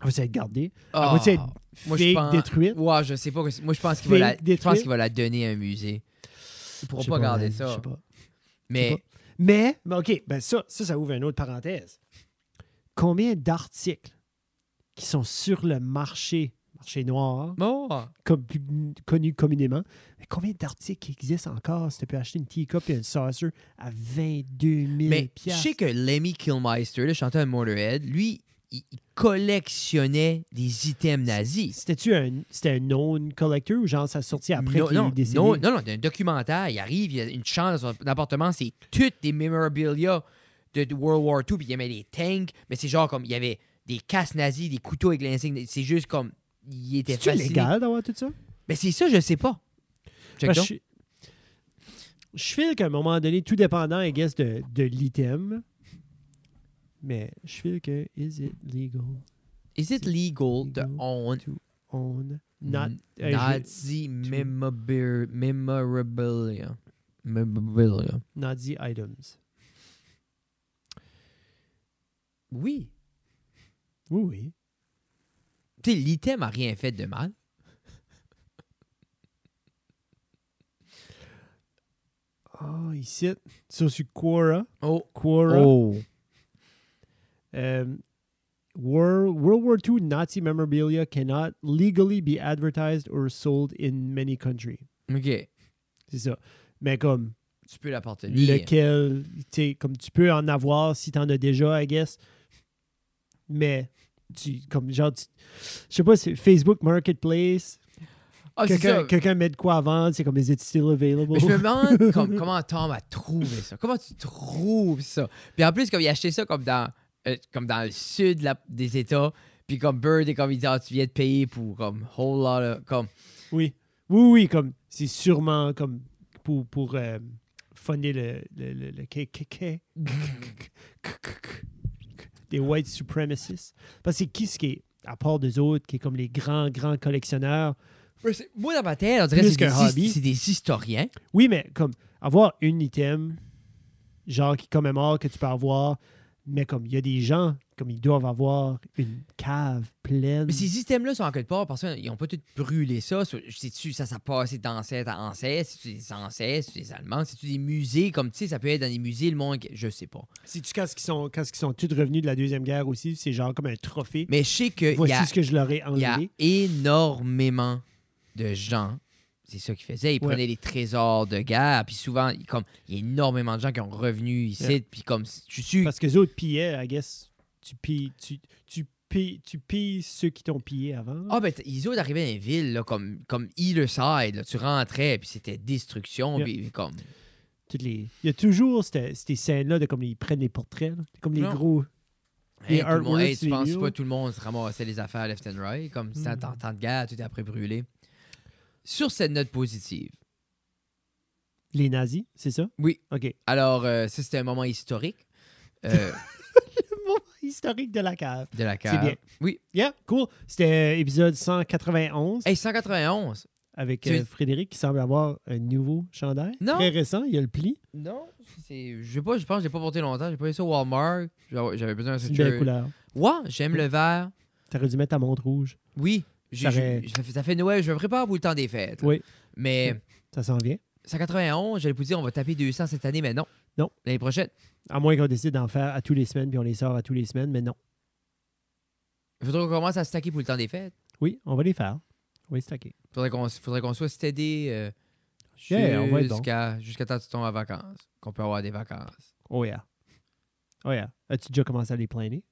S1: Elle va-tu être gardée? Elle
S2: Ah,
S1: va-tu être
S2: moi, je
S1: fake,
S2: pense-
S1: détruite?
S2: Ouais, je sais pas. que- Moi, je pense qu'il va,
S1: Fake,
S2: la... je pense
S1: détruite.
S2: qu'il va la donner à un musée. Ils pourront
S1: Je sais
S2: pas, garder
S1: man, Je
S2: ça.
S1: sais pas. je sais
S2: Mais.
S1: pas. Mais, mais OK, ben ça, ça, ça ouvre une autre parenthèse. Combien d'articles qui sont sur le marché, marché noir,
S2: Bon.
S1: comme, connu communément, mais combien d'articles qui existent encore si tu peux acheter une teacup et un saucer à 22 000
S2: Mais je
S1: piastres?
S2: sais que Lemmy Kilmeister, le chanteur de Motorhead, lui, il il collectionnait des items nazis.
S1: C'était-tu un, c'était un known collector ou genre ça a sorti après
S2: non,
S1: qu'il
S2: non,
S1: est décédé?
S2: non, non, non, d'un documentaire. Il arrive, il y a une chambre dans son appartement, c'est toutes des memorabilia de, de World War II, puis il y avait des tanks, mais c'est genre comme, il y avait des casses nazis, des couteaux avec l'insigne, c'est juste comme, il était
S1: C'est-tu
S2: fasciné.
S1: légal d'avoir tout ça?
S2: Mais c'est ça, je sais pas. Check
S1: Parce
S2: donc.
S1: que je, je feel qu'à un moment donné, tout dépendant, I guess, de, de l'item, mais je feel que is it legal
S2: Is it legal to own
S1: to own Mm-hmm. not...
S2: n-
S1: euh,
S2: Nazi memobir- memorabilia? Memorabilia.
S1: je- Nazi items.
S2: Oui.
S1: Oui, oui.
S2: Tu sais, l'item a rien fait de mal.
S1: Ah, ici, sur sur Quora,
S2: Oh.
S1: Quora,
S2: Oh.
S1: um, World, World War II Nazi memorabilia cannot legally be advertised or sold in many countries.
S2: OK.
S1: C'est ça. Mais comme,
S2: Tu peux l'appartenir.
S1: lequel, tu sais, comme tu peux en avoir si t'en as déjà, I guess. Mais, tu, comme genre, tu- je sais pas, c'est Facebook Marketplace,
S2: Ah, c'est
S1: quelqu'un
S2: ça.
S1: quelqu'un met de quoi à vendre, c'est comme, is it still available?
S2: Mais je me demande comme, comment Tom a trouvé ça. Comment tu trouves ça? Puis en plus, comme il a acheté ça comme dans, euh, comme dans le sud de la- des États, puis comme Bird est comme il dit, ah, tu viens de payer pour comme whole lot of- comme
S1: Oui, oui, oui, comme, c'est sûrement comme pour, pour euh, funder le, le, le, le KKK. des white supremacists. Parce que c'est qui ce qui est, à part des autres, qui est comme les grands, grands collectionneurs
S2: Mais c'est- Moi, dans ma tête, on dirait que
S1: Plus
S2: c'est des,
S1: qu'un
S2: his-
S1: hobby.
S2: c'est des historiens.
S1: Oui, mais comme avoir une item, genre qui commémore que tu peux avoir Mais comme il y a des gens, comme ils doivent avoir une cave pleine.
S2: Mais ces systèmes-là sont en quelque part parce qu'ils n'ont pas tout brûlé ça. So- Sais-tu, ça, ça passe d'ancêtre à ancêtre. C'est-tu des ancêtres, c'est des Allemands, c'est-tu des musées, comme tu sais, ça peut être dans des musées, le monde, je sais pas.
S1: C'est-tu quand ils sont, quand ils sont tous revenus de la Deuxième Guerre aussi, c'est genre comme un trophée.
S2: Mais je sais qu'il y
S1: Voici
S2: a,
S1: ce que je leur ai
S2: il y a
S1: enlevé.
S2: énormément de gens. C'est ça qu'ils faisaient. Ils
S1: Ouais.
S2: prenaient les trésors de guerre, puis souvent, il- comme, il y a énormément de gens qui ont revenu ici,
S1: Ouais.
S2: puis comme, je suis
S1: Parce que les autres pillaient, I guess. Tu pilles, tu, tu pilles, tu pilles ceux qui t'ont pillé avant.
S2: Ah, ben, t- ils autres arrivaient dans les villes, là, comme, comme Either Side, là, tu rentrais, puis c'était destruction,
S1: Yeah.
S2: puis comme.
S1: Toutes les... Il y a toujours cette- ces scènes-là de comme ils prennent les portraits, là. comme les
S2: Non.
S1: gros. Les
S2: Hey, tout le monde-
S1: artworks,
S2: hey, tu
S1: les
S2: penses
S1: murs.
S2: pas tout le monde se ramassait les affaires left and right, comme ça,
S1: Mm.
S2: t'entends de guerre, tout est après brûlé. Sur cette note positive,
S1: Les nazis, c'est ça?
S2: Oui.
S1: OK.
S2: alors, euh, ça, c'était un moment historique euh,
S1: Historique de la cave.
S2: de la cave.
S1: C'est bien.
S2: Oui.
S1: Yeah, cool. C'était épisode 191
S2: Hey, 191.
S1: avec
S2: tu-
S1: euh, Frédéric qui semble avoir un nouveau chandail.
S2: Non.
S1: Très récent, il y a le pli.
S2: Non, c'est. Je sais pas, je pense que je l'ai pas porté longtemps. J'ai pas eu ça au Walmart. J'avais j'avais besoin d'un
S1: C'est une belle
S2: sweatshirt.
S1: couleur.
S2: Ouais, j'aime le vert.
S1: T'aurais dû mettre ta montre rouge.
S2: Oui. j'ai-
S1: Ça
S2: j'ai-
S1: aurait-
S2: Ça fait, ça fait Noël, je me prépare pour le temps des fêtes. là.
S1: Oui.
S2: Mais
S1: Ça s'en vient.
S2: 191, j'allais vous dire, on va taper 200 cette année, mais non.
S1: Non.
S2: L'année prochaine.
S1: À moins qu'on décide d'en faire à tous les semaines, puis on les sort à tous les semaines, mais non.
S2: Il faudrait qu'on commence à se taquer pour le temps des fêtes.
S1: Oui, on va les faire. Oui, c'est OK.
S2: Faudrait qu'on faudrait qu'on soit stédé euh,
S1: Yeah, on va être bon.
S2: jusqu'à jusqu'à temps que tu tombes en vacances. Qu'on peut avoir des vacances.
S1: Oh yeah. Oh yeah. As-tu déjà commencé à les planer?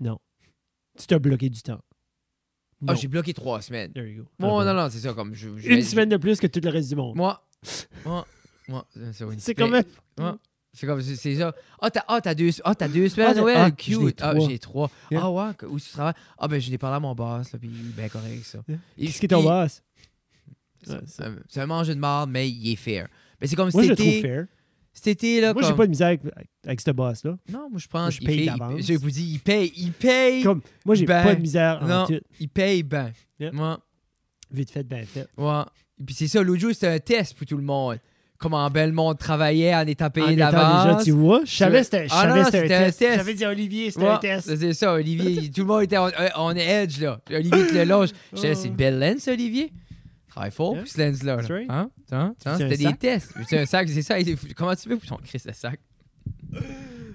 S1: Non. Tu t'as bloqué du temps.
S2: Ah,
S1: Non.
S2: j'ai bloqué trois semaines.
S1: There you go.
S2: Bon,
S1: Ah,
S2: non,
S1: bon.
S2: non, c'est ça. Comme je, je-
S1: Une
S2: je-
S1: semaine de plus que tout le reste du monde.
S2: Moi, moi, moi, euh, c'est une
S1: C'est quand
S2: semaine.
S1: même...
S2: Ouais. C'est comme, c'est- c'est ça. Ah, t'as, ah, t'as deux, ah, t'as deux semaines,
S1: Ah,
S2: ah,
S1: t'as-
S2: Noël,
S1: ah, j'en ai
S2: cute. Ah,
S1: trois.
S2: j'ai trois.
S1: Yeah.
S2: Ah, ouais, que- où tu travailles? Ah, ben, je l'ai parlé à mon boss, là, puis il est bien correct, ça.
S1: Yeah.
S2: Et
S1: Qu'est-ce qui est
S2: puis,
S1: ton boss?
S2: c'est-
S1: Ouais, ça.
S2: c'est- C'est un manger de marde, mais il est fair. Mais c'est comme
S1: Moi,
S2: cet
S1: je le trouve
S2: été,
S1: fair.
S2: cet été, là,
S1: Moi, j'ai
S2: comme-
S1: pas de misère avec, avec ce boss-là.
S2: Non, moi, je
S1: Moi,
S2: pense
S1: je
S2: qu'il
S1: paye
S2: fait-
S1: d'avance.
S2: il- Je vous dis, il paye, il paye,
S1: Comme- Moi, j'ai
S2: Ben,
S1: pas de misère en
S2: non.
S1: tout.
S2: il paye ben.
S1: Yeah.
S2: Moi,
S1: Vite fait, bien fait.
S2: ouais. Puis c'est ça, l'autre jour, c'était un test pour tout le monde. Comment Belmont travaillait en étant
S1: En
S2: payé
S1: étant déjà,
S2: d'avance.
S1: tu vois, je savais que c'était je
S2: Ah,
S1: savais
S2: non,
S1: que c'était
S2: c'était
S1: un
S2: un
S1: test.
S2: test.
S1: J'avais dit à Olivier, c'était un
S2: Ouais,
S1: test.
S2: C'est ça, Olivier. il- tout le monde était on, euh, on edge, là. Olivier qui le longe. J'étais là, c'est une belle lens, Olivier. Travaille fort
S1: Hein?
S2: pour ce lens-là. là.
S1: Oh. That's right.
S2: Hein? Hein?
S1: Tu
S2: Hein?
S1: veux-tu un
S2: C'était des
S1: sac?
S2: tests. C'est un sac, c'est ça. il est- Comment tu fais pour ton Chris de sac?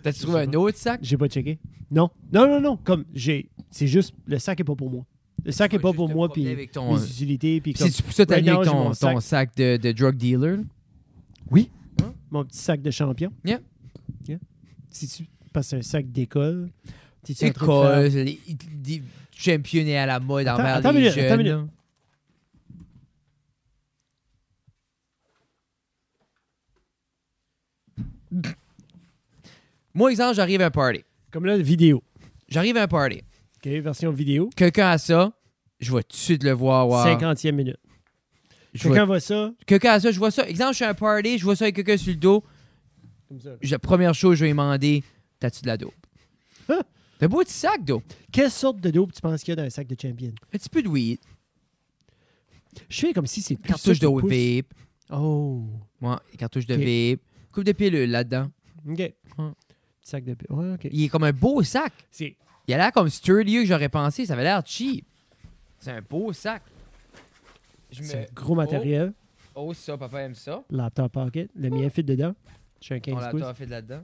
S2: T'as-tu trouvé
S1: Je sais
S2: un
S1: pas.
S2: autre sac?
S1: J'ai pas checké. Non. Non, non, non. Comme j'ai. C'est juste. Le sac est pas pour moi. Le sac est pas
S2: Juste
S1: pour
S2: te
S1: moi,
S2: promener
S1: puis
S2: avec ton- euh,
S1: les utilités, puis
S2: Puis
S1: comme
S2: C'est-tu pour ça que t'as
S1: Right
S2: venu
S1: now,
S2: avec
S1: j'ai
S2: ton,
S1: mon
S2: ton sac de, de drug dealer? là?
S1: mon petit sac de champion.
S2: Yeah.
S1: Yeah. Si tu passes un sac d'école, si tu es en train de faire-
S2: École, les- des championnés à la mode
S1: Attends-
S2: envers
S1: attends
S2: les
S1: une minute, attends
S2: jeunes.
S1: une
S2: là. Moi, exemple, j'arrive à un party.
S1: Comme là, vidéo.
S2: J'arrive à un party.
S1: OK, version vidéo.
S2: Quelqu'un a ça, je vais tout de suite le voir. voir.
S1: 50e minute.
S2: Je vois-
S1: Quelqu'un voit ça,
S2: Quelqu'un a ça, je vois ça. Exemple, je suis à un party, je vois ça avec quelqu'un sur le dos.
S1: comme ça.
S2: Je- première chose, je vais lui demander T'as-tu de la dope
S1: Ah.
S2: T'as beau petit sac, dope.
S1: Quelle sorte de dope tu penses qu'il y a dans un sac de champion?
S2: Un petit peu de weed,
S1: Je fais comme si c'est plus ça
S2: cartouche
S1: qui
S2: de
S1: pousse.
S2: vape.
S1: Oh.
S2: Moi, cartouche de
S1: Ok.
S2: vape, coupe de pilule là-dedans.
S1: OK.
S2: Ouais.
S1: Sac de... Ouais, OK.
S2: Il est comme un beau sac.
S1: C'est...
S2: Il a l'air comme sturdier que j'aurais pensé. Ça avait l'air cheap. C'est un beau sac. Je
S1: C'est un
S2: me
S1: gros matériel.
S2: oh ça, papa aime ça.
S1: Laptop pocket. Le mien fit dedans. Je suis un
S2: On
S1: 15
S2: l'a
S1: pouces.
S2: tout fait là-dedans.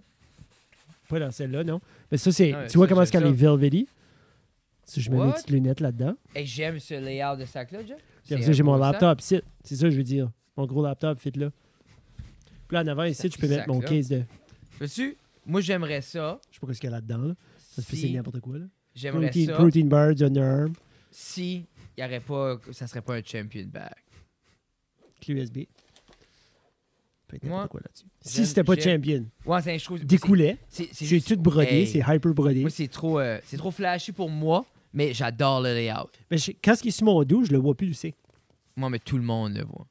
S1: Pas dans celle-là, non. Mais ça, c'est...
S2: Ah ouais,
S1: tu vois
S2: ça,
S1: comment
S2: j'ai
S1: est-ce qu'elle
S2: ça.
S1: est velvety? Si je mets mes
S2: What?
S1: petites lunettes là-dedans.
S2: Et j'aime ce layout de sac-là, Jeff.
S1: Puis
S2: C'est
S1: après
S2: un
S1: ça, j'ai mon
S2: beau sac.
S1: laptop ici. C'est ça que je veux dire. Mon gros laptop fit là. Puis là, en avant, ici, je peux mettre mon
S2: Sac-là.
S1: case de...
S2: Veux-tu? Moi, j'aimerais ça.
S1: Je sais pas ce qu'il y a là-dedans, là. Ça se peut, c'est
S2: Si-
S1: n'importe quoi, là.
S2: J'aimerais
S1: Protein,
S2: ça.
S1: protein bar, du Under Arm,
S2: Si il y aurait pas, ça serait pas un champion bag.
S1: clé USB. Peut-être n'importe
S2: Moi,
S1: quoi là-dessus. Si
S2: j'aime-
S1: c'était pas
S2: j'aime-
S1: champion,
S2: Ouais, c'est un chose.
S1: découlait.
S2: C'est c'est
S1: C'est
S2: juste-
S1: tout brodé,
S2: Hey.
S1: c'est hyper brodé.
S2: Moi, c'est trop, euh, c'est trop flashy pour moi, mais j'adore le layout.
S1: Mais je- quand ce qui est sur mon dos, je le vois plus, tu sais.
S2: Moi, mais tout le monde le voit.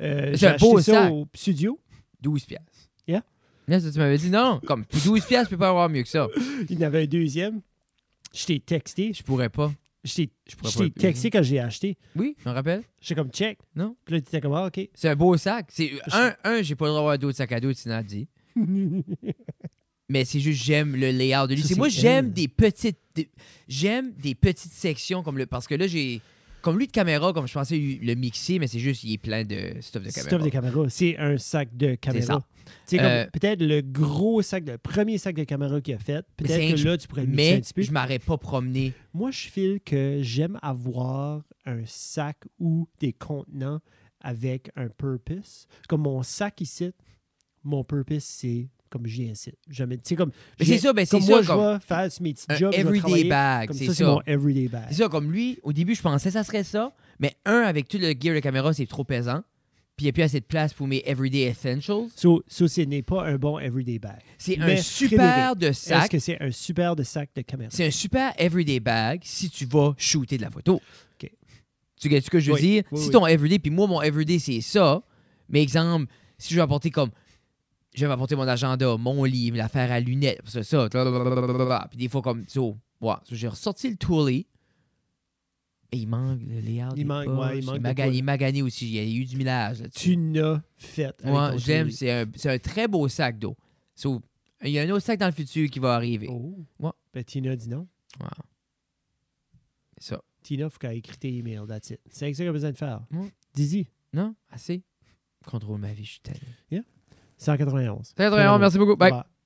S1: Euh,
S2: C'est
S1: J'ai
S2: un beau
S1: acheté ça
S2: sac.
S1: au studio.
S2: 12 piastres.
S1: Yeah.
S2: Là, ça, tu m'avais dit non, comme pour 12 piastres, je peux pas avoir mieux que ça.
S1: Il y en avait un deuxième. Je t'ai texté.
S2: Je pourrais pas.
S1: Je t'ai
S2: Je pourrais
S1: je t'ai
S2: pas.
S1: texté quand j'ai acheté.
S2: Oui, je me rappelle.
S1: J'étais comme check.
S2: Non.
S1: Puis là, tu étais comme ah, OK.
S2: C'est un beau sac. C'est un, un j'ai pas le droit d'avoir d'autres sacs à dos, tu l'as dit. mais c'est juste j'aime le layout de lui.
S1: Ça,
S2: C'est moi
S1: c'est
S2: j'aime
S1: elle.
S2: des petites des- j'aime des petites sections comme le parce que là j'ai comme lui de caméra comme je pensais lui- le mixer mais c'est juste il est plein de stuff de caméra.
S1: Stuff de caméra. C'est un sac de caméra.
S2: ça.
S1: C'est comme
S2: Euh,
S1: peut-être le gros sac, de- le premier sac de caméra qu'il a fait.
S2: c'est
S1: Peut-être que
S2: un-
S1: là, tu pourrais le mixer un
S2: mais
S1: petit peu.
S2: je m'arrête pas promené.
S1: Moi, je file que j'aime avoir un sac ou des contenants avec un purpose. Comme mon sac ici, mon purpose, c'est comme j'ai ici. Jamais, tu sais, comme,
S2: Mais
S1: j'ai-
S2: c'est ça ben c'est
S1: comme
S2: ça
S1: moi, je
S2: comme
S1: vais faire mes petits
S2: un
S1: jobs, je vais
S2: everyday
S1: travailler.
S2: bag,
S1: Comme
S2: c'est
S1: ça, c'est
S2: ça.
S1: mon everyday bag.
S2: C'est ça comme lui au début je pensais ça serait ça mais un avec tout le gear de caméra c'est trop pesant. Puis il n'y a plus assez de place pour mes everyday essentials.
S1: So, so, ce n'est pas un bon everyday bag.
S2: C'est un
S1: Mais
S2: super de
S1: Est-ce
S2: sac.
S1: que c'est un super de sac de caméra?
S2: C'est un super everyday bag si tu vas shooter de la photo.
S1: OK.
S2: Tu sais ce que je veux
S1: Oui,
S2: dire?
S1: oui,
S2: si
S1: oui.
S2: ton everyday, puis moi, mon everyday, c'est ça. Mais exemple, si je vais apporter comme. Je vais apporter mon agenda, mon livre, l'affaire à lunettes, ça, ça, blablabla. Puis des fois, comme. So, ouais. So, j'ai ressorti le Tourly. Et il manque le layout.
S1: Il
S2: des
S1: manque, ouais,
S2: poches.
S1: il manque de
S2: maga-
S1: quoi.
S2: il m'a gagné aussi. Il y a eu du millage là-dessus.
S1: Tu n'as fait. avec
S2: Moi,
S1: ton
S2: j'aime.
S1: souris.
S2: C'est un, c'est un très beau sac d'eau. So, il y a un autre sac dans le futur qui va arriver.
S1: Oh.
S2: Ouais.
S1: Ben, Tina dit non.
S2: Ouais. Ça.
S1: Tina, il faut qu'elle écrit tes emails, that's it. C'est ça qu'elle a besoin de faire.
S2: Ouais.
S1: Dizzy,
S2: Non, assez. Contrôle ma vie, je suis tanné.
S1: 191.
S2: Très, très bien, merci beaucoup. Bye.
S1: Bye.